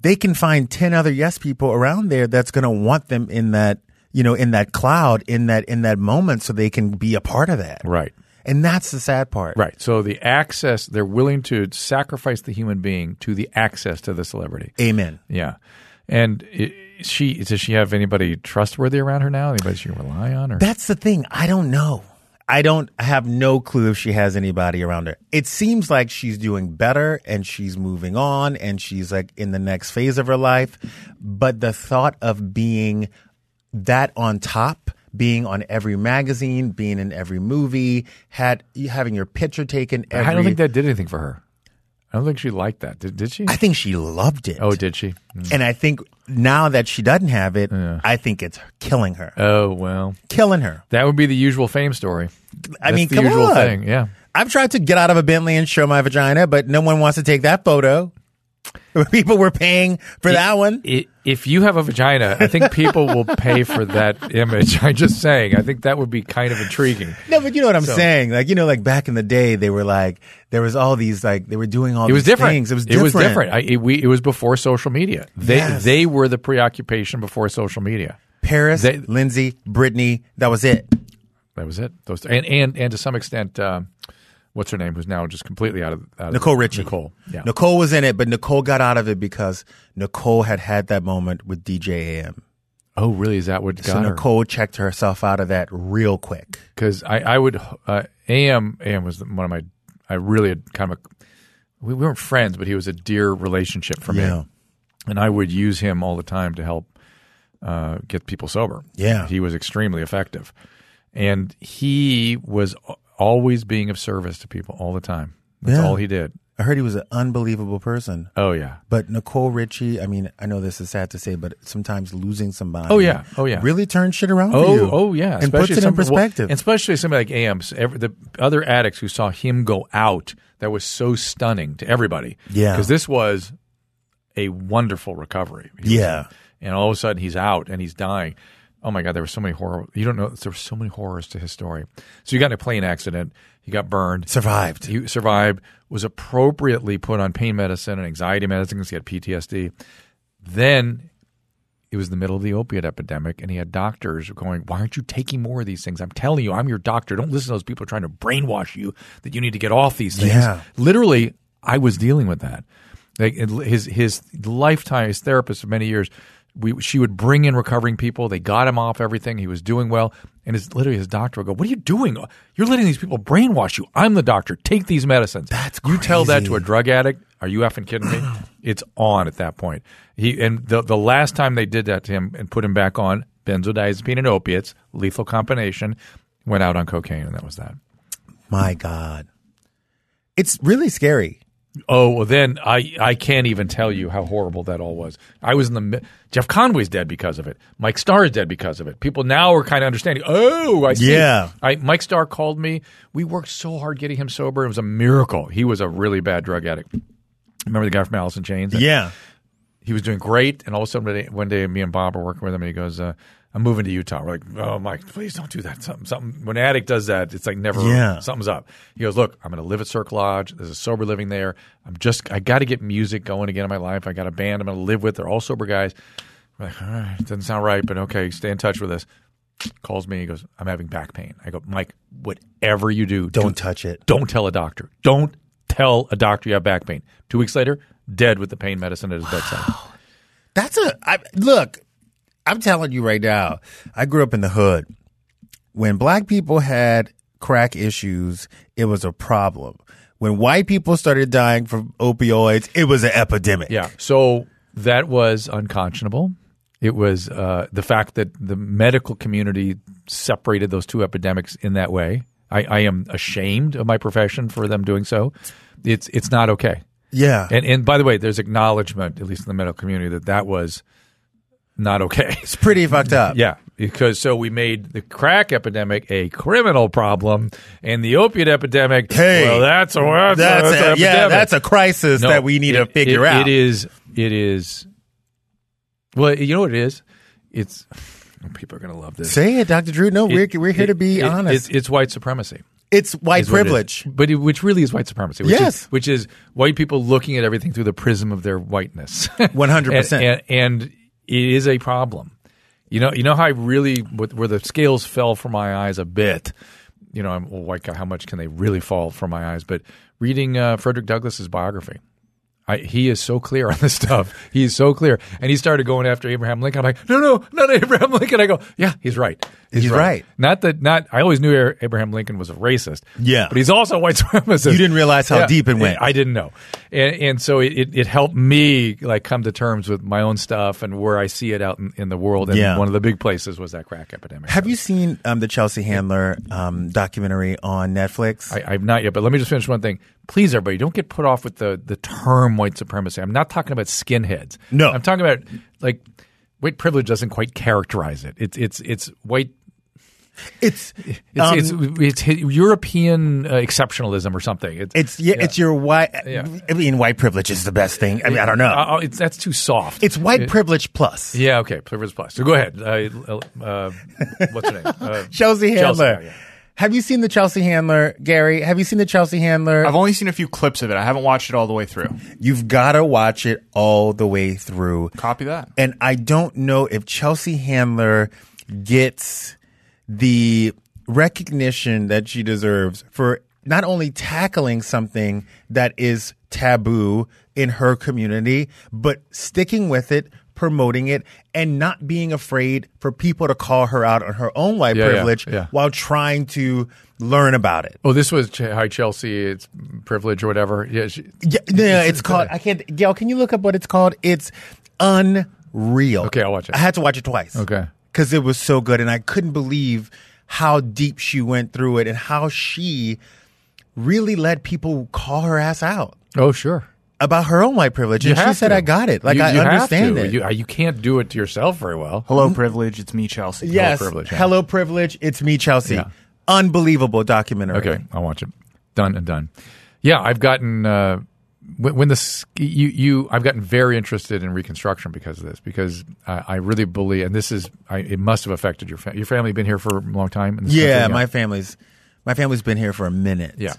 Speaker 3: they can find 10 other yes people around there that's going to want them in that, you know, in that cloud, in that in that moment so they can be a part of that.
Speaker 2: Right.
Speaker 3: And that's the sad part.
Speaker 2: Right. So the access, they're willing to sacrifice the human being to the access to the celebrity.
Speaker 3: Amen.
Speaker 2: Yeah. And i she does she have anybody trustworthy around her now? Anybody she can rely on? Or
Speaker 3: That's the thing. I don't know. I don't I have no clue if she has anybody around her. It seems like she's doing better and she's moving on and she's like in the next phase of her life. But the thought of being that on top, being on every magazine, being in every movie, had you having your picture taken every
Speaker 2: I don't think that did anything for her. I don't think she liked that. Did, did she?
Speaker 3: I think she loved it.
Speaker 2: oh, did she?
Speaker 3: and I think now that she doesn't have it, I think it's killing her.
Speaker 2: Oh well,
Speaker 3: killing her.
Speaker 2: that would be the usual fame story.
Speaker 3: I
Speaker 2: That's
Speaker 3: mean,
Speaker 2: the
Speaker 3: come
Speaker 2: usual
Speaker 3: on.
Speaker 2: thing. Yeah.
Speaker 3: I've tried to get out of a Bentley and show my vagina, but no one wants to take that photo. People were paying for that one.
Speaker 2: I- if you have a vagina, I think people will pay for that image. I'm just saying. I think that would be kind of intriguing.
Speaker 3: No, but you know what I'm saying. Like, you know, like back in the day, they were like, there was all these, like, they were doing all
Speaker 2: It was
Speaker 3: these
Speaker 2: different.
Speaker 3: things. It was different.
Speaker 2: I, it, we, it was before social media. They
Speaker 3: Yes.
Speaker 2: they were the preoccupation before social media.
Speaker 3: Paris,
Speaker 2: They-
Speaker 3: Lindsay, Brittany, that was it.
Speaker 2: That was it. Those and and, and to some extent, um, what's her name? Who's now just completely out of out of-
Speaker 3: Nicole Richie.
Speaker 2: Nicole. Yeah.
Speaker 3: Nicole was in it, but Nicole got out of it because Nicole had had that moment with DJ AM.
Speaker 2: Oh, really? Is that what got
Speaker 3: So Nicole checked herself out of that real quick.
Speaker 2: Because I I would uh, Am Am was one of my I really had kind of a, we weren't friends, but he was a dear relationship for me.
Speaker 3: Yeah.
Speaker 2: and I would use him all the time to help uh, get people sober.
Speaker 3: Yeah.
Speaker 2: he was extremely effective, and he was a- always being of service to people all the time. That's
Speaker 3: Yeah.
Speaker 2: all he did.
Speaker 3: I heard he was an unbelievable person.
Speaker 2: Oh yeah,
Speaker 3: But Nicole Richie, I mean, I know this is sad to say, but sometimes losing somebody.
Speaker 2: Oh, yeah. Oh, yeah.
Speaker 3: Really turns shit around for
Speaker 2: Oh,
Speaker 3: you.
Speaker 2: oh yeah,
Speaker 3: And puts it in
Speaker 2: some- well,
Speaker 3: perspective.
Speaker 2: and especially somebody like AMs, every, the other addicts who saw him go out, that was so stunning to everybody.
Speaker 3: Yeah.
Speaker 2: because this was a wonderful recovery. He was-
Speaker 3: Yeah.
Speaker 2: and all of a sudden he's out and he's dying. Oh my God, there were so many horror. You don't know there were so many horrors to his story. So you got in a plane accident, you got burned,
Speaker 3: Survived.
Speaker 2: he survived, was appropriately put on pain medicine and anxiety medicine because he had PTSD. Then it was the middle of the opiate epidemic, and he had doctors going, Why aren't you taking more of these things? I'm telling you, I'm your doctor. Don't listen to those people trying to brainwash you that you need to get off these things.
Speaker 3: Yeah.
Speaker 2: Literally, I was dealing with that. Like it- his his lifetime, his therapist of many years, we she would bring in recovering people. They got him off everything. He was doing well, and his literally his doctor would go, "What are you doing? You're letting these people brainwash you. I'm the doctor. Take these medicines. That's you tell that to a drug addict. Are you effing kidding me? it's on at that point. He and the the last time they did that to him and put him back on benzodiazepine and opiates, lethal combination, went out on cocaine, and that was that.
Speaker 3: My God. It's really scary.
Speaker 2: Oh well, then I I can't even tell you how horrible that all was. I was in the mi- Jeff Conway's dead because of it. Mike Starr is dead because of it. People now are kind of understanding. Oh, I see.
Speaker 3: Yeah.
Speaker 2: I, Mike Starr called me. We worked so hard getting him sober. It was a miracle. He was a really bad drug addict. Remember the guy from Alice in Chains?
Speaker 3: Yeah.
Speaker 2: he was doing great, and all of a sudden one day, one day me and Bob are working with him, and he goes, uh, "I'm moving to Utah." We're like, "Oh, Mike, please don't do that." Something, something. When an addict does that, it's like never.
Speaker 3: Yeah.
Speaker 2: something's up. He goes, "Look, I'm going to live at Circle Lodge. There's a sober living there. I'm just, I got to get music going again in my life. I got a band I'm going to live with. They're all sober guys." We're like, "All right, doesn't sound right, but okay, stay in touch with us." Calls me, he goes, "I'm having back pain." I go, "Mike, whatever you do, do
Speaker 3: Don't touch it.
Speaker 2: don't tell a doctor. Don't tell a doctor you have back pain. Two weeks later, dead with the pain medicine at his bedside.
Speaker 3: That's a I, look. I'm telling you right now. I grew up in the hood. When black people had crack issues, it was a problem. When white people started dying from opioids, it was an epidemic.
Speaker 2: Yeah. So that was unconscionable. It was uh, the fact that the medical community separated those two epidemics in that way. I, I am ashamed of my profession for them doing so. It's it's not okay.
Speaker 3: yeah.
Speaker 2: And and by the way, there's acknowledgement, at least in the medical community, that that was not okay.
Speaker 3: it's pretty fucked up.
Speaker 2: Yeah, because so we made the crack epidemic a criminal problem, and the opiate epidemic.
Speaker 3: Hey,
Speaker 2: well, that's a that's,
Speaker 3: That's,
Speaker 2: a, that's
Speaker 3: a,
Speaker 2: an
Speaker 3: yeah.
Speaker 2: epidemic.
Speaker 3: That's a crisis
Speaker 2: No,
Speaker 3: that we need to
Speaker 2: it-
Speaker 3: figure
Speaker 2: it-
Speaker 3: out.
Speaker 2: It is. It is. Well, you know what it is. It's people are going to love this.
Speaker 3: Say it, Dr. Drew. No, we're
Speaker 2: It-
Speaker 3: we're here to be
Speaker 2: it-
Speaker 3: honest.
Speaker 2: It's, it's white supremacy.
Speaker 3: it's white
Speaker 2: is what it is.
Speaker 3: privilege.
Speaker 2: but it, which really is white supremacy. Which
Speaker 3: Yes.
Speaker 2: is, which is white people looking at everything through the prism of their whiteness.
Speaker 3: 100%.
Speaker 2: And- and, and it is a problem. You know, you know how I really wh- where the scales fell from my eyes a bit. You know, I'm well, white guy. How much can they really fall from my eyes? But reading uh, Frederick Douglass's biography. I, he is so clear on this stuff. He is so clear, and he started going after Abraham Lincoln. I'm like, no, no, not Abraham Lincoln. I go, yeah, he's right.
Speaker 3: He's right.
Speaker 2: Not that. Not. I always knew Ar- Abraham Lincoln was a racist.
Speaker 3: Yeah.
Speaker 2: but he's also a white supremacist.
Speaker 3: You didn't realize how
Speaker 2: Yeah.
Speaker 3: deep it went.
Speaker 2: I didn't know, and, and so it, it, it helped me like come to terms with my own stuff and where I see it out in, in the world. And
Speaker 3: Yeah.
Speaker 2: one of the big places was that crack epidemic.
Speaker 3: Have you seen um, the Chelsea Handler um, documentary on Netflix?
Speaker 2: I, I've not yet, but let me just finish one thing. Please, everybody, don't get put off with the, the term white supremacy. I'm not talking about skinheads.
Speaker 3: No.
Speaker 2: I'm talking about like white privilege doesn't quite characterize it. It's it's it's white
Speaker 3: It's um,
Speaker 2: It's, it's, it's hi- European uh, exceptionalism or something. It's,
Speaker 3: It's yeah, it's your white.
Speaker 2: Yeah.
Speaker 3: I mean, white privilege is the best thing. I mean, I don't know.
Speaker 2: uh, uh, it's that's too soft.
Speaker 3: it's white privilege plus.
Speaker 2: yeah, okay. Privilege plus. So go ahead. Uh, uh, what's her name? Uh,
Speaker 3: Chelsea
Speaker 2: Chelsea,
Speaker 3: Handler.
Speaker 2: yeah.
Speaker 3: Have you seen the Chelsea Handler, Gary? Have you seen the Chelsea Handler?
Speaker 4: I've only seen a few clips of it. I haven't watched it all the way through.
Speaker 3: You've got to watch it all the way through.
Speaker 4: Copy that.
Speaker 3: And I don't know if Chelsea Handler gets the recognition that she deserves for not only tackling something that is taboo in her community, but sticking with it, promoting it, and not being afraid for people to call her out on her own white
Speaker 2: Yeah, yeah,
Speaker 3: privilege
Speaker 2: yeah.
Speaker 3: while trying to learn about it.
Speaker 2: oh, this was Ch- Hi Chelsea. It's privilege or whatever. Yeah, she,
Speaker 3: Yeah, no, no, it's called. I can't. Gail, can you look up what it's called? It's unreal.
Speaker 2: Okay, I'll watch it.
Speaker 3: I had to watch it twice.
Speaker 2: Okay.
Speaker 3: because it was so good, and I couldn't believe how deep she went through it and how she really let people call her ass out
Speaker 2: oh, sure.
Speaker 3: about her own white privilege.
Speaker 2: You
Speaker 3: and she
Speaker 2: have
Speaker 3: said,
Speaker 2: to.
Speaker 3: "I got it. Like
Speaker 2: You-
Speaker 3: I
Speaker 2: you have
Speaker 3: understand
Speaker 2: to.
Speaker 3: it."
Speaker 2: You, you can't do it to yourself very well.
Speaker 4: Hello, privilege. It's me, Chelsea.
Speaker 3: yes.
Speaker 2: Hello, privilege, yeah.
Speaker 3: Hello, privilege. It's me, Chelsea.
Speaker 2: Yeah.
Speaker 3: Unbelievable documentary.
Speaker 2: Okay, I'll watch it. Done and done. Yeah, I've gotten uh, when, when this you you I've gotten very interested in Reconstruction because of this because I, I really believe and this is I, it must have affected your fa- your family been here for a long time. In this
Speaker 3: Yeah,
Speaker 2: country?
Speaker 3: my family's my family's been here for a minute.
Speaker 2: yeah.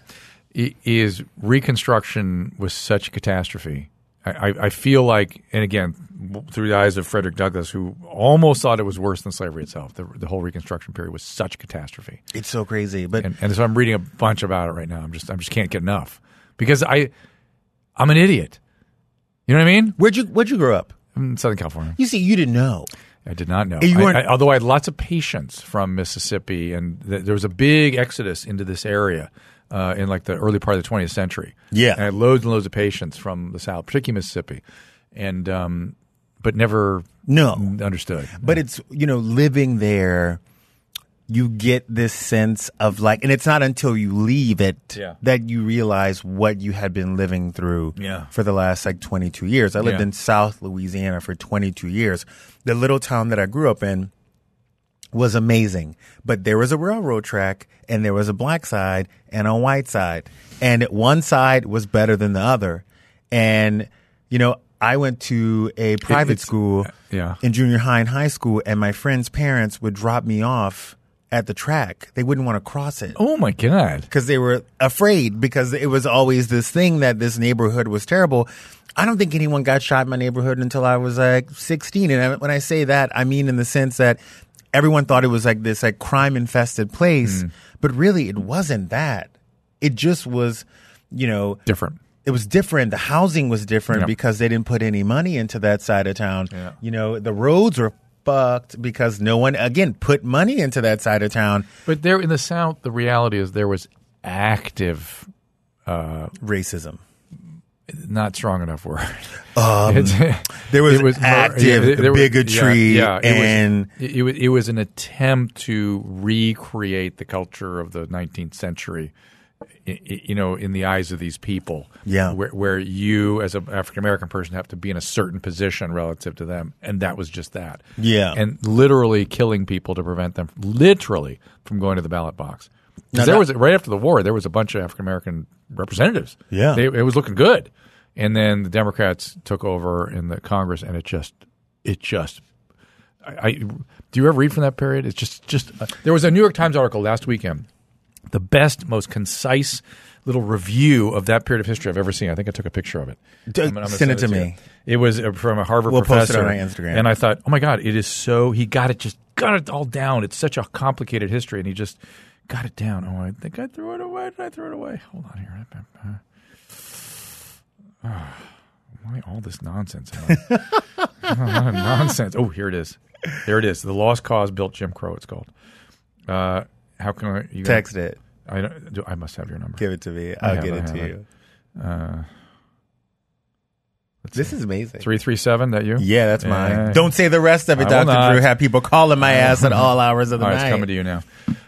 Speaker 2: I- Is Reconstruction was such a catastrophe. I, I- I feel like, and again, w- through the eyes of Frederick Douglass, who almost thought it was worse than slavery itself, the, the whole Reconstruction period was such a catastrophe.
Speaker 3: it's so crazy, but
Speaker 2: and, and so I'm reading a bunch about it right now. I'm just I just can't get enough because I I'm an idiot. You know what I mean?
Speaker 3: where'd you where'd you grow up?
Speaker 2: I'm in Southern California.
Speaker 3: You see, you didn't know.
Speaker 2: I did not know.
Speaker 3: You
Speaker 2: I-
Speaker 3: weren't-
Speaker 2: I- although I had lots of patients from Mississippi, and th- there was a big exodus into this area uh, in like the early part of the 20th century.
Speaker 3: Yeah.
Speaker 2: and I had loads and loads of patients from the South, particularly Mississippi, and um, but never Mm.
Speaker 3: No.
Speaker 2: understood.
Speaker 3: But it's, you know, living there, you get this sense of like, and it's not until you leave it
Speaker 2: Yeah.
Speaker 3: that you realize what you had been living through
Speaker 2: Yeah.
Speaker 3: for the last like 22 years. I lived
Speaker 2: Yeah.
Speaker 3: in South Louisiana for 22 years. The little town that I grew up in was amazing, but there was a railroad track and there was a black side and a white side, and one side was better than the other. And, you know, I went to a private
Speaker 2: it's-
Speaker 3: school
Speaker 2: yeah.
Speaker 3: in junior high and high school, and my friends' parents would drop me off at the track. They wouldn't want to cross it
Speaker 2: oh my god!
Speaker 3: because they were afraid because it was always this thing that this neighborhood was terrible. I don't think anyone got shot in my neighborhood until I was like 16. And I, when I say that, I mean in the sense that everyone thought it was like this like crime infested place, but really it wasn't that. It just was, you know,
Speaker 2: Different.
Speaker 3: it was different. The housing was different
Speaker 2: Yeah.
Speaker 3: because they didn't put any money into that side of town. You know, the roads were fucked because no one again put money into that side of town.
Speaker 2: But there in the South, the reality is there was active
Speaker 3: Racism.
Speaker 2: not strong enough word.
Speaker 3: Um,
Speaker 2: It's-
Speaker 3: There was,
Speaker 2: it was more-
Speaker 3: active
Speaker 2: yeah, there was-
Speaker 3: bigotry
Speaker 2: yeah, yeah, it was-
Speaker 3: and
Speaker 2: it, it was it was an attempt to recreate the culture of the 19th century. i- i- You know, in the eyes of these people,
Speaker 3: Yeah.
Speaker 2: where, where you as an African American person have to be in a certain position relative to them, and that was just that,
Speaker 3: Yeah.
Speaker 2: and literally killing people to prevent them, literally from going to the ballot box. 'Cause
Speaker 3: Now
Speaker 2: there
Speaker 3: that-
Speaker 2: was right after the war, there was a bunch of African American representatives.
Speaker 3: Yeah.
Speaker 2: They- it was looking good, and then the Democrats took over in the Congress, and it just, it just I, I do you ever read from that period? It's just just uh, there was a New York Times article last weekend, the best, most concise little review of that period of history I've ever seen. I think I took a picture of it.
Speaker 3: D-
Speaker 2: gonna
Speaker 3: send it to
Speaker 2: you.
Speaker 3: me.
Speaker 2: It was uh, from a Harvard
Speaker 3: We'll post it
Speaker 2: professor
Speaker 3: on our Instagram.
Speaker 2: and I thought, oh my god, it is so he got it just got it all down. It's such a complicated history, and he just got it down. Oh, I think I threw it away. Did I throw it away? Hold on here. Ah, Why all this nonsense? lot of nonsense. Oh, here it is. There it is. The Lost Cause Built Jim Crow. It's called. Uh, how can I? You
Speaker 3: text it.
Speaker 2: I don't. Do, I must have your number.
Speaker 3: Give it to me.
Speaker 2: I
Speaker 3: I'll
Speaker 2: have
Speaker 3: get
Speaker 2: it,
Speaker 3: it
Speaker 2: I
Speaker 3: to
Speaker 2: have
Speaker 3: you. This is amazing.
Speaker 2: Three three seven. That you?
Speaker 3: Yeah, that's
Speaker 2: Yeah.
Speaker 3: mine. Don't say the rest of it,
Speaker 2: I will not.
Speaker 3: Dr. Drew. Have people calling my ass at all hours of the
Speaker 2: All right,
Speaker 3: night.
Speaker 2: it's coming to you now.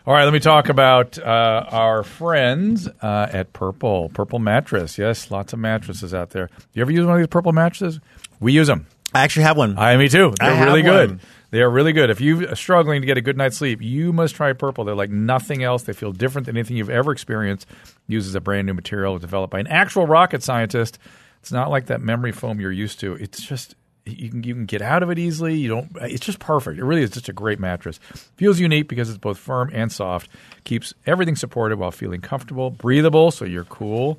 Speaker 2: All right, let me talk about uh, our friends uh, at Purple Purple Mattress. Yes, lots of mattresses out there. You ever use one of these Purple mattresses? We use them.
Speaker 3: I actually have one.
Speaker 2: I me too. They're
Speaker 3: I have
Speaker 2: really good.
Speaker 3: one.
Speaker 2: They are really good. If you're struggling to get a good night's sleep, you must try Purple. They're like nothing else. They feel different than anything you've ever experienced. Uses a brand new material developed by an actual rocket scientist. It's not like that memory foam you're used to. It's just you can you can get out of it easily. You don't. It's just perfect. It really is just a great mattress. Feels unique because it's both firm and soft. Keeps everything supported while feeling comfortable, breathable, so you're cool.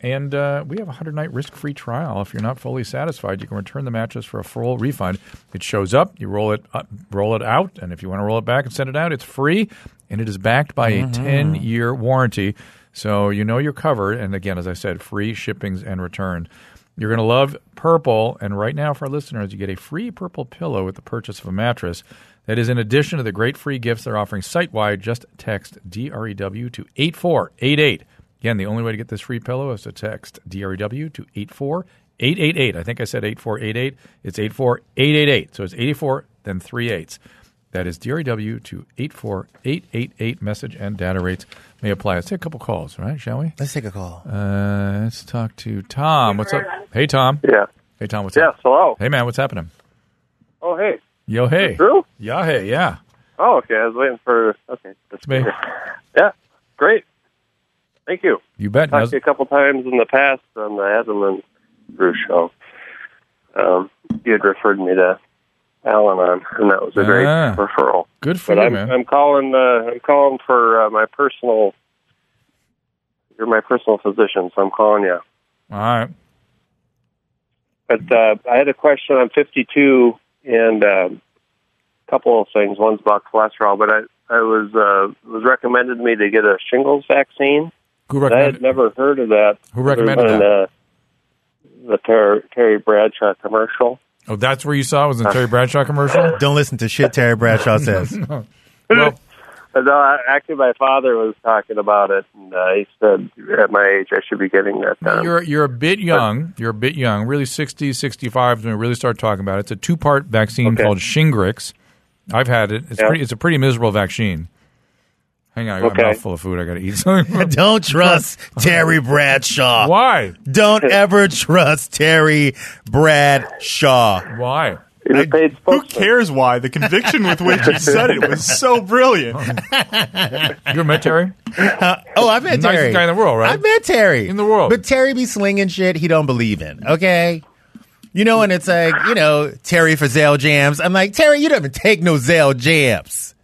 Speaker 2: And uh, we have a 100 night risk free trial. If you're not fully satisfied, you can return the mattress for a full refund. It shows up, you roll it uh, roll it out, and if you want to roll it back and send it out, it's free, and it is backed by a 10 year warranty. So you know you're covered. And again, as I said, free shippings and return. You're going to love purple. And right now, for our listeners, you get a free purple pillow with the purchase of a mattress. That is in addition to the great free gifts they're offering site wide. Just text DREW to 8488. Again, the only way to get this free pillow is to text DREW to 84888. I think I said 8488. It's 84888. So it's 84, then three eights. That is DREW to 84888. Message and data rates may apply. Let's take a couple calls, right? Shall we?
Speaker 3: Let's take a call.
Speaker 2: Uh, let's talk to Tom. What's up? Hey, Tom.
Speaker 5: Yeah.
Speaker 2: Hey, Tom. What's
Speaker 5: Yes.
Speaker 2: up?
Speaker 5: Hello.
Speaker 2: Hey, man. What's happening?
Speaker 5: Oh, hey.
Speaker 2: Yo, hey.
Speaker 5: Drew.
Speaker 2: Yeah, hey, yeah.
Speaker 5: Oh, okay. I was waiting for. Okay. That's
Speaker 2: It's me.
Speaker 5: Yeah. Great. Thank you.
Speaker 2: You bet.
Speaker 5: Talked to you a couple times in the past on the Adam and Drew show. Um, you had referred me to Alan on, and that was a great
Speaker 2: Ah.
Speaker 5: referral.
Speaker 2: Good for
Speaker 5: But
Speaker 2: you,
Speaker 5: I'm,
Speaker 2: man.
Speaker 5: I'm calling. Uh, I'm calling for uh, my personal. You're my personal physician, so I'm calling you.
Speaker 2: All right.
Speaker 5: But uh, I had a question. I'm 52, and um, a couple of things. One's about cholesterol, but I I was uh, it was recommended me to get a shingles vaccine.
Speaker 2: Who
Speaker 5: I had
Speaker 2: recommended?
Speaker 5: never heard of that.
Speaker 2: Who recommended
Speaker 5: other than,
Speaker 2: that?
Speaker 5: Uh, the Ter- Terry Bradshaw commercial.
Speaker 2: Oh, that's where you saw it was in the Terry Bradshaw commercial?
Speaker 3: Don't listen to shit Terry Bradshaw says.
Speaker 2: well,
Speaker 5: But no, I- actually, my father was talking about it, and uh, he said at my age I should be getting that. done.
Speaker 2: you're you're a bit young. You're a bit young. Really 60, 65 is when we really start talking about it. It's a two-part vaccine
Speaker 5: Okay.
Speaker 2: called Shingrix. I've had it. It's
Speaker 5: Yeah.
Speaker 2: pretty it's a pretty miserable vaccine. Hang on, I got
Speaker 5: Okay.
Speaker 2: a mouthful of food. I got to eat something.
Speaker 3: Don't trust Terry Bradshaw.
Speaker 2: Why?
Speaker 3: Don't ever trust Terry Bradshaw.
Speaker 2: Why?
Speaker 5: He's a paid
Speaker 4: Who
Speaker 5: spokesman.
Speaker 4: cares why? The conviction with which he said it was so brilliant.
Speaker 2: You ever met Terry?
Speaker 3: Oh, I've met
Speaker 2: Nicest
Speaker 3: Terry.
Speaker 2: guy in the world, right?
Speaker 3: I've met Terry
Speaker 2: In the world.
Speaker 3: but Terry be slinging shit he don't believe in. Okay, you know, and it's like you know Terry for Zell jams. I'm like Terry, you don't even take no Zell jams.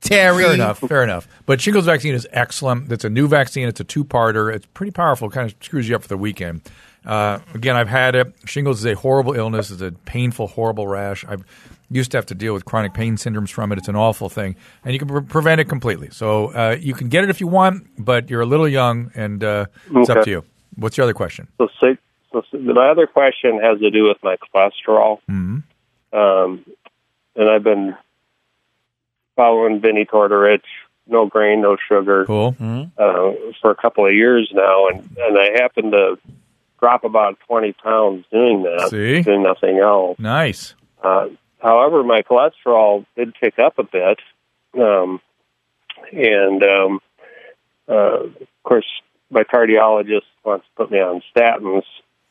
Speaker 3: Terry,
Speaker 2: Fair enough. Fair enough. But shingles vaccine is excellent. It's a new vaccine. It's a two-parter. It's pretty powerful. Kind of screws you up for the weekend. Uh, again, I've had it. Shingles is a horrible illness. It's a painful, horrible rash. I've used to have to deal with chronic pain syndromes from it. It's an awful thing, and you can pre- prevent it completely. So uh, you can get it if you want, but you're a little young, and uh, it's up
Speaker 5: Okay.
Speaker 2: to you. What's your other question?
Speaker 5: So, six, so so my other question has to do with my cholesterol.
Speaker 2: Hmm?
Speaker 5: Um, and I've been following Vinny Tortorich, no grain, no sugar,
Speaker 2: Cool.
Speaker 5: uh, for a couple of years now, and and I happened to drop about twenty pounds doing that,
Speaker 2: See?
Speaker 5: doing nothing else.
Speaker 2: Nice.
Speaker 5: Uh, however, my cholesterol did tick up a bit, um, and um, uh, of course, my cardiologist wants to put me on statins,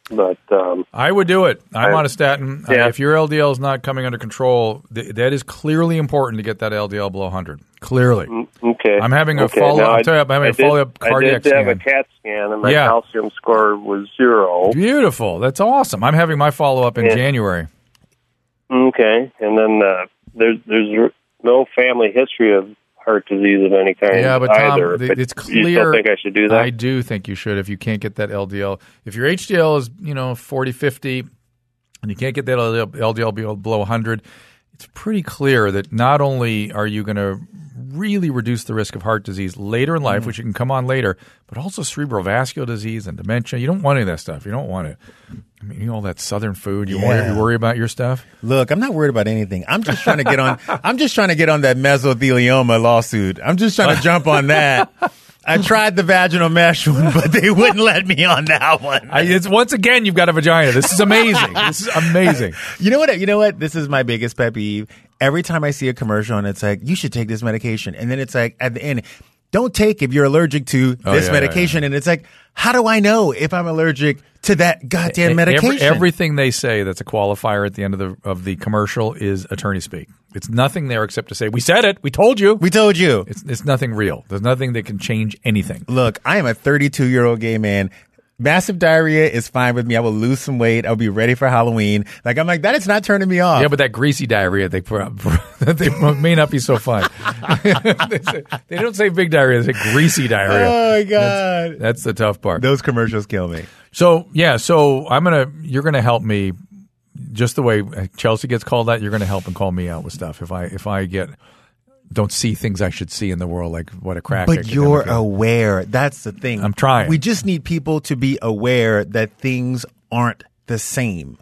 Speaker 5: but um,
Speaker 2: I would do it. I'm
Speaker 5: I-
Speaker 2: on a statin. Uh,
Speaker 5: Yeah.
Speaker 2: if your LDL is not coming under control, th- that is clearly important to get that LDL below 100. Clearly.
Speaker 5: Mm. okay,
Speaker 2: I'm having a
Speaker 5: okay,
Speaker 2: follow-
Speaker 5: now
Speaker 2: I'll
Speaker 5: I-
Speaker 2: tell you, I'm having
Speaker 5: I
Speaker 2: a follow-up
Speaker 5: did, I
Speaker 2: cardiac
Speaker 5: did have a
Speaker 2: scan.
Speaker 5: CAT scan, and my
Speaker 2: Yeah.
Speaker 5: calcium score was zero.
Speaker 2: Beautiful. That's awesome. I'm having my follow up in
Speaker 5: Yeah.
Speaker 2: January.
Speaker 5: Okay, and then uh, there's there's no family history of heart disease of any kind.
Speaker 2: Yeah, but Tom,
Speaker 5: either.
Speaker 2: th-
Speaker 5: But
Speaker 2: it's
Speaker 5: You
Speaker 2: clear-
Speaker 5: still think I should do that?
Speaker 2: I do think you should if you can't get that LDL. If your HDL is, you know, 40, 50, and you can't get that LDL, LDL be- below 100, it's pretty clear that not only are you going to really reduce the risk of heart disease later in life, which you can come on later, but also cerebral vascular disease and dementia. You don't want any of that stuff. You don't want it. I mean, you know, all that southern food. You, worry,
Speaker 3: Yeah.
Speaker 2: you worry about your stuff.
Speaker 3: Look, I'm not worried about anything. I'm just trying to get on. I'm just trying to get on that mesothelioma lawsuit. I'm just trying to jump on that. I tried the vaginal mesh one, but they wouldn't let me on that one.
Speaker 2: I, it's once again, you've got a vagina. This is amazing. this is amazing.
Speaker 3: You know what? You know what? This is my biggest pet peeve. Every time I see a commercial and it's like, you should take this medication. And then it's like, at the end, don't take if you're allergic to this
Speaker 2: Oh, yeah, yeah,
Speaker 3: medication. And it's like, how do I know if I'm allergic to that goddamn
Speaker 2: E-, Every-
Speaker 3: medication?
Speaker 2: everything they say that's a qualifier at the end of the of the commercial is attorney speak. It's nothing there except to say we said it, we told you.
Speaker 3: we told you.
Speaker 2: It's it's nothing real. There's nothing that can change anything.
Speaker 3: Look, I am a 32 year old gay man. Massive diarrhea is fine with me. I will lose some weight. I'll be ready for Halloween. Like, I'm like, that is not turning me off.
Speaker 2: Yeah, but that greasy diarrhea they pro- that they may not be so fun. they, say- they don't say big diarrhea; they say greasy diarrhea.
Speaker 3: oh my God.
Speaker 2: That's the tough part.
Speaker 3: Those commercials kill me.
Speaker 2: So yeah, so I'm gonna you're gonna help me just the way Chelsea gets called out. You're gonna help and call me out with stuff if I if I get don't see things I should see in the world like what a crack.
Speaker 3: But
Speaker 2: academic
Speaker 3: you're
Speaker 2: is.
Speaker 3: aware. That's the thing.
Speaker 2: I'm trying.
Speaker 3: We just need people to be aware that things aren't the same.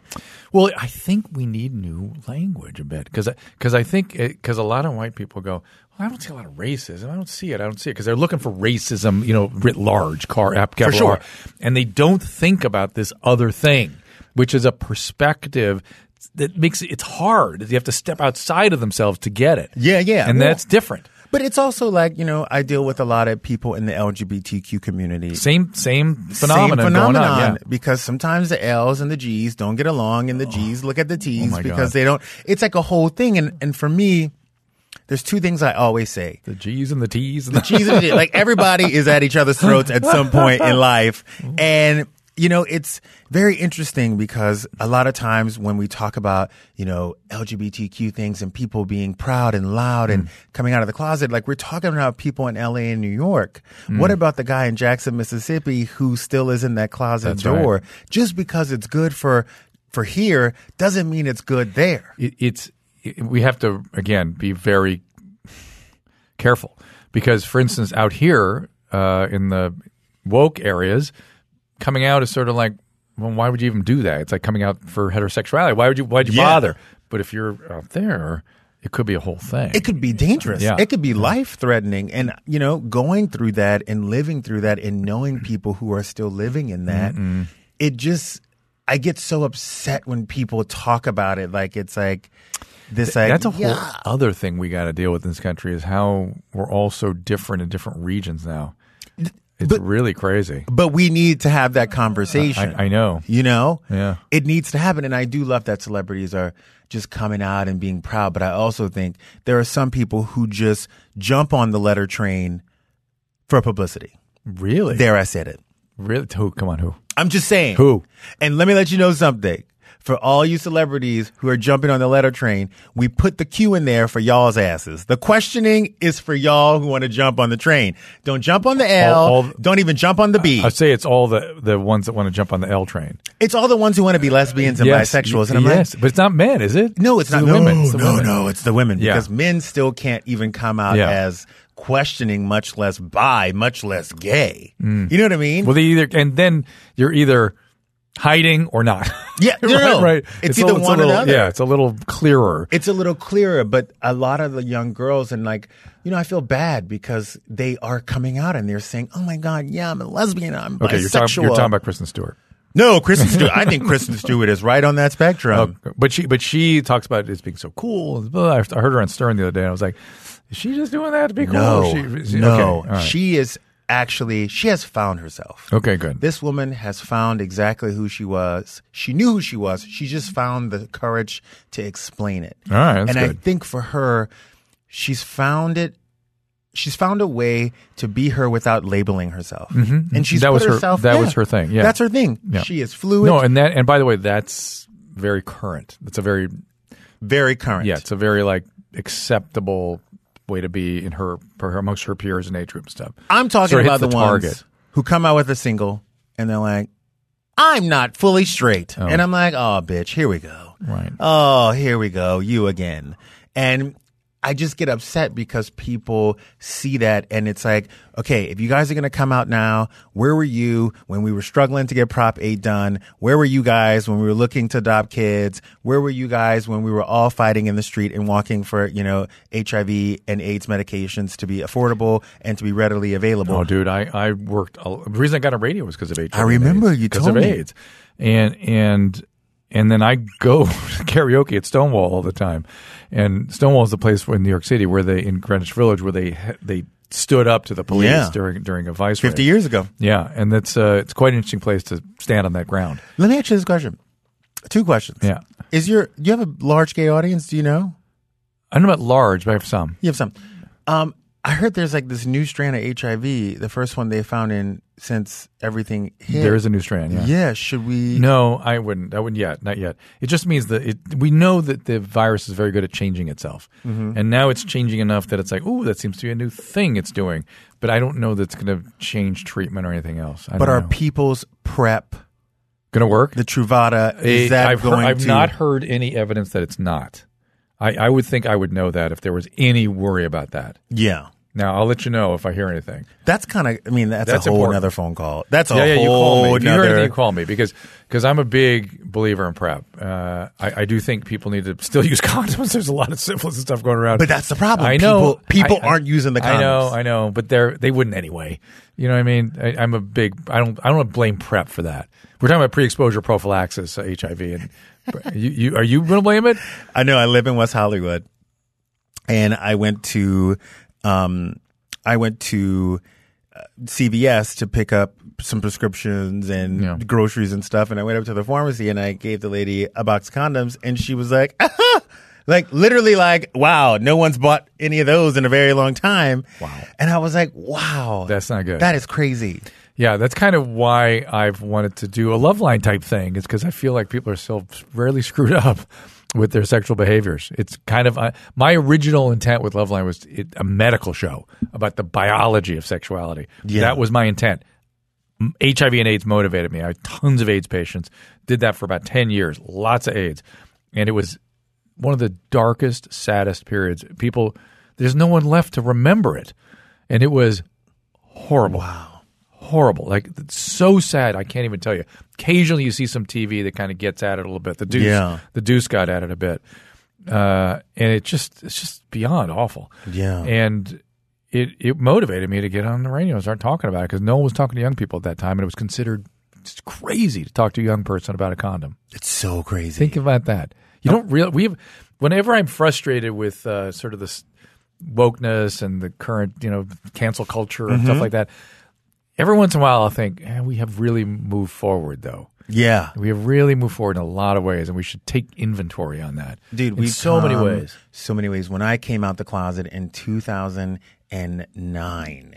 Speaker 2: Well, I think we need new language a bit because because I think because a lot of white people go, well, I don't see a lot of racism. I don't see it. I don't see it because they're looking for racism, you know, writ large, car app capital
Speaker 3: sure.
Speaker 2: R, and they don't think about this other thing, which is a perspective that makes it, it's hard. You have to step outside of themselves to get it.
Speaker 3: Yeah, yeah.
Speaker 2: and
Speaker 3: Well-
Speaker 2: that's different.
Speaker 3: But it's also like, you know, I deal with a lot of people in the LGBTQ community.
Speaker 2: Same same
Speaker 3: Same
Speaker 2: phenomenon, going on. yeah.
Speaker 3: because sometimes the L's and the G's don't get along and the G's look at the T's
Speaker 2: Oh. my
Speaker 3: because
Speaker 2: God.
Speaker 3: they don't it's like a whole thing and and for me there's two things I always say.
Speaker 2: The G's and the T's and the
Speaker 3: G's and the T's. like everybody is at each other's throats at some point in life. And you know, it's very interesting because a lot of times when we talk about, you know, LGBTQ things and people being proud and loud
Speaker 2: Mm.
Speaker 3: and coming out of the closet, like we're talking about people in LA and New York. What
Speaker 2: Mm.
Speaker 3: about the guy in Jackson, Mississippi who still is in that closet
Speaker 2: That's right.
Speaker 3: door? Just because it's good for for here doesn't mean it's good there.
Speaker 2: it, it's it, we have to again be very careful because, for instance, out here uh, in the woke areas, coming out is sort of like, well, why would you even do that? It's like coming out for heterosexuality. Why would you? Why'd you
Speaker 3: Yeah.
Speaker 2: bother? But if you're out there, it could be a whole thing.
Speaker 3: it could be dangerous.
Speaker 2: Yeah.
Speaker 3: It could be life threatening. And, you know, going through that and living through that and knowing people who are still living in that, it just, I get so upset when people talk about it. Like, it's like this, like,
Speaker 2: That's a whole
Speaker 3: yeah.
Speaker 2: other thing we got to deal with in this country is how we're all so different in different regions now. It's really crazy.
Speaker 3: But we need to have that conversation.
Speaker 2: I- I know.
Speaker 3: You know?
Speaker 2: Yeah.
Speaker 3: It needs to happen. And I do love that celebrities are just coming out and being proud. But I also think there are some people who just jump on the letter train for publicity.
Speaker 2: Really?
Speaker 3: There, I said it.
Speaker 2: Really? Who? Come on, who?
Speaker 3: I'm just saying.
Speaker 2: Who?
Speaker 3: And let me let you know something. For all you celebrities who are jumping on the letter train, we put the Q in there for y'all's asses. The questioning is for y'all who want to jump on the train. Don't jump on the L.
Speaker 2: All- Uh, all-
Speaker 3: don't even jump on the B.
Speaker 2: I say it's all the the ones that want to jump on the L train.
Speaker 3: it's all the ones who want to be lesbians and bisexuals. And I'm
Speaker 2: yes,
Speaker 3: like,
Speaker 2: but it's not men, is it?
Speaker 3: no, it's not.
Speaker 2: the
Speaker 3: no,
Speaker 2: women. It's the
Speaker 3: no,
Speaker 2: women.
Speaker 3: no, it's the women
Speaker 2: Yeah.
Speaker 3: because men still can't even come out
Speaker 2: Yeah.
Speaker 3: as questioning, much less bi, much less gay. You know what I mean?
Speaker 2: Mm. Well, they either and then you're either hiding or not.
Speaker 3: yeah, no,
Speaker 2: right,
Speaker 3: no.
Speaker 2: right.
Speaker 3: It's,
Speaker 2: a-
Speaker 3: either
Speaker 2: a
Speaker 3: one or
Speaker 2: little,
Speaker 3: the other.
Speaker 2: Yeah, it's a little clearer.
Speaker 3: it's a little clearer, but a lot of the young girls and like, you know, I feel bad because they are coming out and they're saying, "Oh my God, yeah, I'm a lesbian, I'm
Speaker 2: okay,
Speaker 3: bisexual."
Speaker 2: you're talking, you're talking about Kristen Stewart,
Speaker 3: no, Kristen Stewart. I think Kristen Stewart is right on that spectrum.
Speaker 2: but she but she talks about it being so cool. and blah. I heard her on Stern the other day, and I was like, is she just doing that to be cool?
Speaker 3: no,
Speaker 2: She- she-
Speaker 3: no,
Speaker 2: okay, all right.
Speaker 3: she is actually she has found herself.
Speaker 2: okay, good.
Speaker 3: This woman has found exactly who she was. She knew who she was. She just found the courage to explain it.
Speaker 2: All right, that's
Speaker 3: and I
Speaker 2: good.
Speaker 3: think for her, she's found it. She's found a way to be her without labeling herself, and she's
Speaker 2: Mm-hmm. That
Speaker 3: put
Speaker 2: was her-
Speaker 3: herself.
Speaker 2: that was her thing, yeah.
Speaker 3: that's her thing.
Speaker 2: Yeah.
Speaker 3: She is fluid,
Speaker 2: no, and that and by the way, that's very current. That's a very
Speaker 3: very current.
Speaker 2: Yeah, it's a very like acceptable way to be in her, for her amongst her peers and age group stuff.
Speaker 3: I'm talking
Speaker 2: Sort of hits
Speaker 3: about the,
Speaker 2: the
Speaker 3: ones
Speaker 2: target.
Speaker 3: who come out with a single and they're like, "I'm not fully straight," and I'm like, "Oh, bitch, here we go."
Speaker 2: Right.
Speaker 3: Oh, here we go, you again, and. I just get upset because people see that and it's like, okay, if you guys are going to come out now, where were you when we were struggling to get Prop 8 done? Where were you guys when we were looking to adopt kids? Where were you guys when we were all fighting in the street and walking for, you know, HIV and AIDS medications to be affordable and to be readily available?
Speaker 2: Oh, dude, I, I worked. A, the reason I got on radio was because of AIDS.
Speaker 3: I remember you
Speaker 2: because
Speaker 3: told
Speaker 2: of
Speaker 3: me.
Speaker 2: AIDS, and and and then I go to karaoke at Stonewall all the time, and Stonewall is the place in New York City where they in Greenwich Village where they ha- they stood up to the police
Speaker 3: Yeah.
Speaker 2: during during a vice
Speaker 3: Fifty
Speaker 2: raid.
Speaker 3: years ago.
Speaker 2: Yeah, and that's uh, it's quite an interesting place to stand on that ground.
Speaker 3: Let me ask you this question. Two questions.
Speaker 2: Yeah.
Speaker 3: Is your do you have a large gay audience? Do you know?
Speaker 2: I don't know about large, but I have some.
Speaker 3: You have some. Um, I heard there's like this new strand of HIV, the first one they found in since everything hit.
Speaker 2: There is a new strand.
Speaker 3: yeah.
Speaker 2: Yeah.
Speaker 3: Should we?
Speaker 2: No, I wouldn't. I wouldn't yet. Not yet. It just means that it, we know that the virus is very good at changing itself,
Speaker 3: Mm-hmm.
Speaker 2: and now it's changing enough that it's like, oh, that seems to be a new thing it's doing. But I don't know that's going to change treatment or anything else. I
Speaker 3: But
Speaker 2: don't
Speaker 3: our
Speaker 2: know.
Speaker 3: people's prep,
Speaker 2: going to work?
Speaker 3: the Truvada, is
Speaker 2: Eh,
Speaker 3: that
Speaker 2: I've, heard-
Speaker 3: going
Speaker 2: I've
Speaker 3: to?
Speaker 2: not heard any evidence that it's not. I, I would think I would know that if there was any worry about that.
Speaker 3: yeah.
Speaker 2: Now I'll let you know if I hear anything.
Speaker 3: That's kind of. I mean, that's,
Speaker 2: That's
Speaker 3: a whole
Speaker 2: important.
Speaker 3: another phone call. That's a
Speaker 2: yeah, yeah,
Speaker 3: whole
Speaker 2: you call me. If you hear
Speaker 3: nother-
Speaker 2: anything, you call me because because I'm a big believer in prep. Uh, I, I do think people need to still use condoms. There's a lot of syphilis and stuff going around.
Speaker 3: But that's the problem.
Speaker 2: I know
Speaker 3: people, people
Speaker 2: I- I-
Speaker 3: aren't using the condoms.
Speaker 2: I know, I know, but they're they wouldn't anyway. You know what I mean? I, I'm a big. I don't. I don't blame prep for that. We're talking about pre-exposure prophylaxis, uh, HIV, and you, you are you going to blame it?
Speaker 3: I know. I live in West Hollywood, and I went to, um, I went to uh, CVS to pick up some prescriptions and
Speaker 2: Yeah.
Speaker 3: groceries and stuff. And I went up to the pharmacy and I gave the lady a box of condoms, and she was like, like literally, like, wow, no one's bought any of those in a very long time. Wow. And I was like, wow,
Speaker 2: That's not good.
Speaker 3: That is crazy.
Speaker 2: Yeah, that's kind of why I've wanted to do a love line type thing. Is because I feel like people are so rarely screwed up with their sexual behaviors. It's kind of uh, my original intent with Love Line was it, a medical show about the biology of sexuality. That was my intent. M- HIV and AIDS motivated me. I had tons of AIDS patients. Did that for about ten years. Lots of AIDS, and it was one of the darkest, saddest periods. People, there's no one left to remember it, and it was horrible. Wow, horrible. Like it's so sad. I can't even tell you. Occasionally, you see some TV that kind of gets at it a little bit. The Deuce,
Speaker 3: Yeah.
Speaker 2: the Deuce got at it a bit, uh, and it just it's just beyond awful.
Speaker 3: Yeah.
Speaker 2: and. It, it motivated me to get on the radio and start talking about it because no one was talking to young people at that time, and it was considered just crazy to talk to a young person about a condom.
Speaker 3: It's so crazy.
Speaker 2: Think about that. You don't real we have whenever I'm frustrated with uh, sort of this wokeness and the current, you know, cancel culture and
Speaker 3: Mm-hmm.
Speaker 2: stuff like that. Every once in a while I'll think, eh, we have really moved forward though.
Speaker 3: yeah.
Speaker 2: We have really moved forward in a lot of ways and we should take inventory on that.
Speaker 3: dude
Speaker 2: in
Speaker 3: we've
Speaker 2: so many
Speaker 3: come
Speaker 2: ways.
Speaker 3: so many ways when i came out the closet in 2009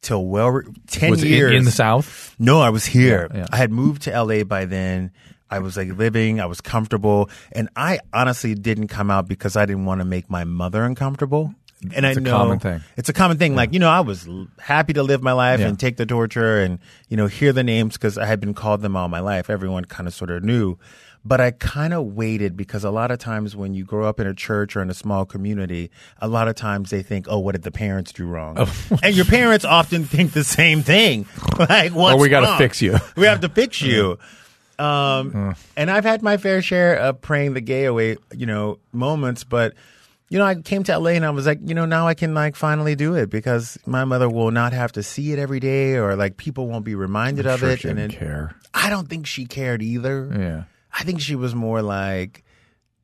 Speaker 3: till well 10
Speaker 2: Was it in-
Speaker 3: years
Speaker 2: in the South?
Speaker 3: no i was here
Speaker 2: Yeah, yeah.
Speaker 3: i had moved to la by then i was like living i was comfortable and i honestly didn't come out because i didn't want to make my mother uncomfortable and
Speaker 2: It's
Speaker 3: I
Speaker 2: a
Speaker 3: know
Speaker 2: common thing.
Speaker 3: it's a common thing. Like, you know, I was l- happy to live my life
Speaker 2: Yeah.
Speaker 3: and take the torture and, you know, hear the names because I had been called them all my life. Everyone kind of sort of knew. But I kind of waited because a lot of times when you grow up in a church or in a small community, a lot of times they think, oh, what did the parents do wrong?
Speaker 2: Oh.
Speaker 3: and your parents often think the same thing. like, what's
Speaker 2: we gotta
Speaker 3: wrong?
Speaker 2: fix you. Mm.
Speaker 3: we have to fix you. Um, And I've had my fair share of praying the gay away, you know, moments. But you know, I came to LA and I was like, you know, now I can like finally do it because my mother will not have to see it every day, or like people won't be reminded of
Speaker 2: Sure,
Speaker 3: it.
Speaker 2: she
Speaker 3: And
Speaker 2: didn't
Speaker 3: it-
Speaker 2: care.
Speaker 3: I don't think she cared either.
Speaker 2: Yeah.
Speaker 3: I think she was more like,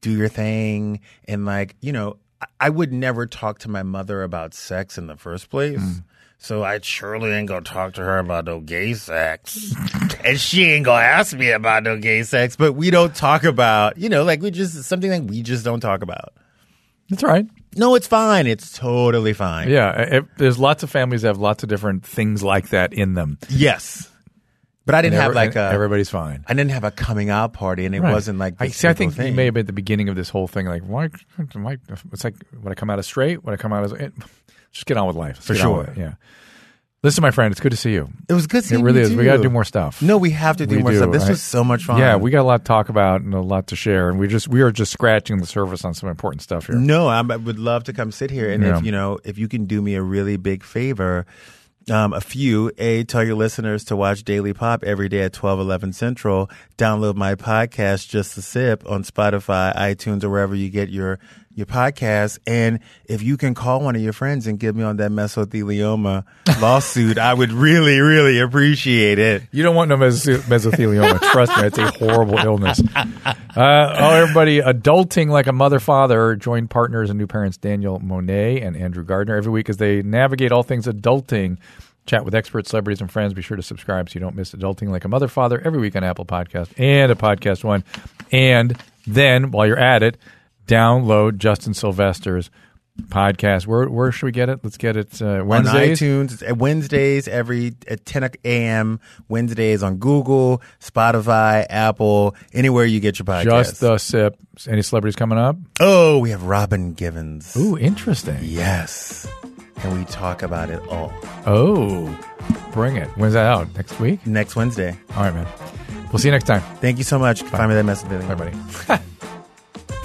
Speaker 3: do your thing. And like, you know, I, I would never talk to my mother about sex in the first place.
Speaker 2: Mm.
Speaker 3: So I surely ain't gonna talk to her about no gay sex. and she ain't gonna ask me about no gay sex. But we don't talk about, you know, like we just, something that we just don't talk about.
Speaker 2: That's all right.
Speaker 3: No, it's fine. It's totally fine.
Speaker 2: Yeah, I- I- there's lots of families that have lots of different things like that in them.
Speaker 3: Yes. But I didn't
Speaker 2: And
Speaker 3: have
Speaker 2: every-
Speaker 3: like a,
Speaker 2: and everybody's fine.
Speaker 3: I didn't have a coming out party and it
Speaker 2: e-, Right.
Speaker 3: wasn't like,
Speaker 2: I
Speaker 3: this
Speaker 2: see. I
Speaker 3: big old
Speaker 2: think you
Speaker 3: thing.
Speaker 2: may have been at the beginning of this whole thing. Like, why? why it's like when I come out as straight, when I come out as eh, just get on with life. Let's
Speaker 3: For
Speaker 2: get on with
Speaker 3: sure.
Speaker 2: it. Yeah. Listen, my friend, it's good to see you.
Speaker 3: It was good seeing
Speaker 2: it really
Speaker 3: you
Speaker 2: is. We
Speaker 3: too.
Speaker 2: got to do more stuff.
Speaker 3: No, we have to do
Speaker 2: We
Speaker 3: more
Speaker 2: do,
Speaker 3: stuff. This
Speaker 2: right?
Speaker 3: was so much fun.
Speaker 2: Yeah, we got a lot to talk about and a lot to share, and we just we are just scratching the surface on some important stuff here.
Speaker 3: No, I'm, I would love to come sit here, and
Speaker 2: Yeah.
Speaker 3: if you know, if you can do me a really big favor, um, a few. A, tell your listeners to watch Daily Pop every day at 12, 11 Central. Download my podcast, Just a Sip, on Spotify, iTunes, or wherever you get your your podcast. And if you can call one of your friends and get me on that mesothelioma lawsuit, I would really, really appreciate it.
Speaker 2: You don't want no meso- mesothelioma. Trust me, it's a horrible illness. Uh, oh, everybody, adulting like a mother father. Join partners and new parents Daniel Monet and Andrew Gardner every week as they navigate all things adulting. Chat with experts, celebrities, and friends. Be sure to subscribe so you don't miss Adulting Like a Mother Father every week on Apple Podcast and a Podcast One. And then while you're at it, download Justin Sylvester's podcast. Where where should we get it? Let's get it uh, Wednesdays.
Speaker 3: on iTunes. It's Wednesdays every at 10 a.m. Wednesdays on Google, Spotify, Apple, anywhere you get your podcast.
Speaker 2: Just the sip. Any celebrities coming up?
Speaker 3: oh, we have Robin Givens.
Speaker 2: Ooh, interesting.
Speaker 3: Yes. And we talk about it all
Speaker 2: Oh, bring it. When's that out? Next week?
Speaker 3: next Wednesday.
Speaker 2: All right, man. We'll see you next time.
Speaker 3: Thank you so much. Find me that message.
Speaker 2: Bye, buddy.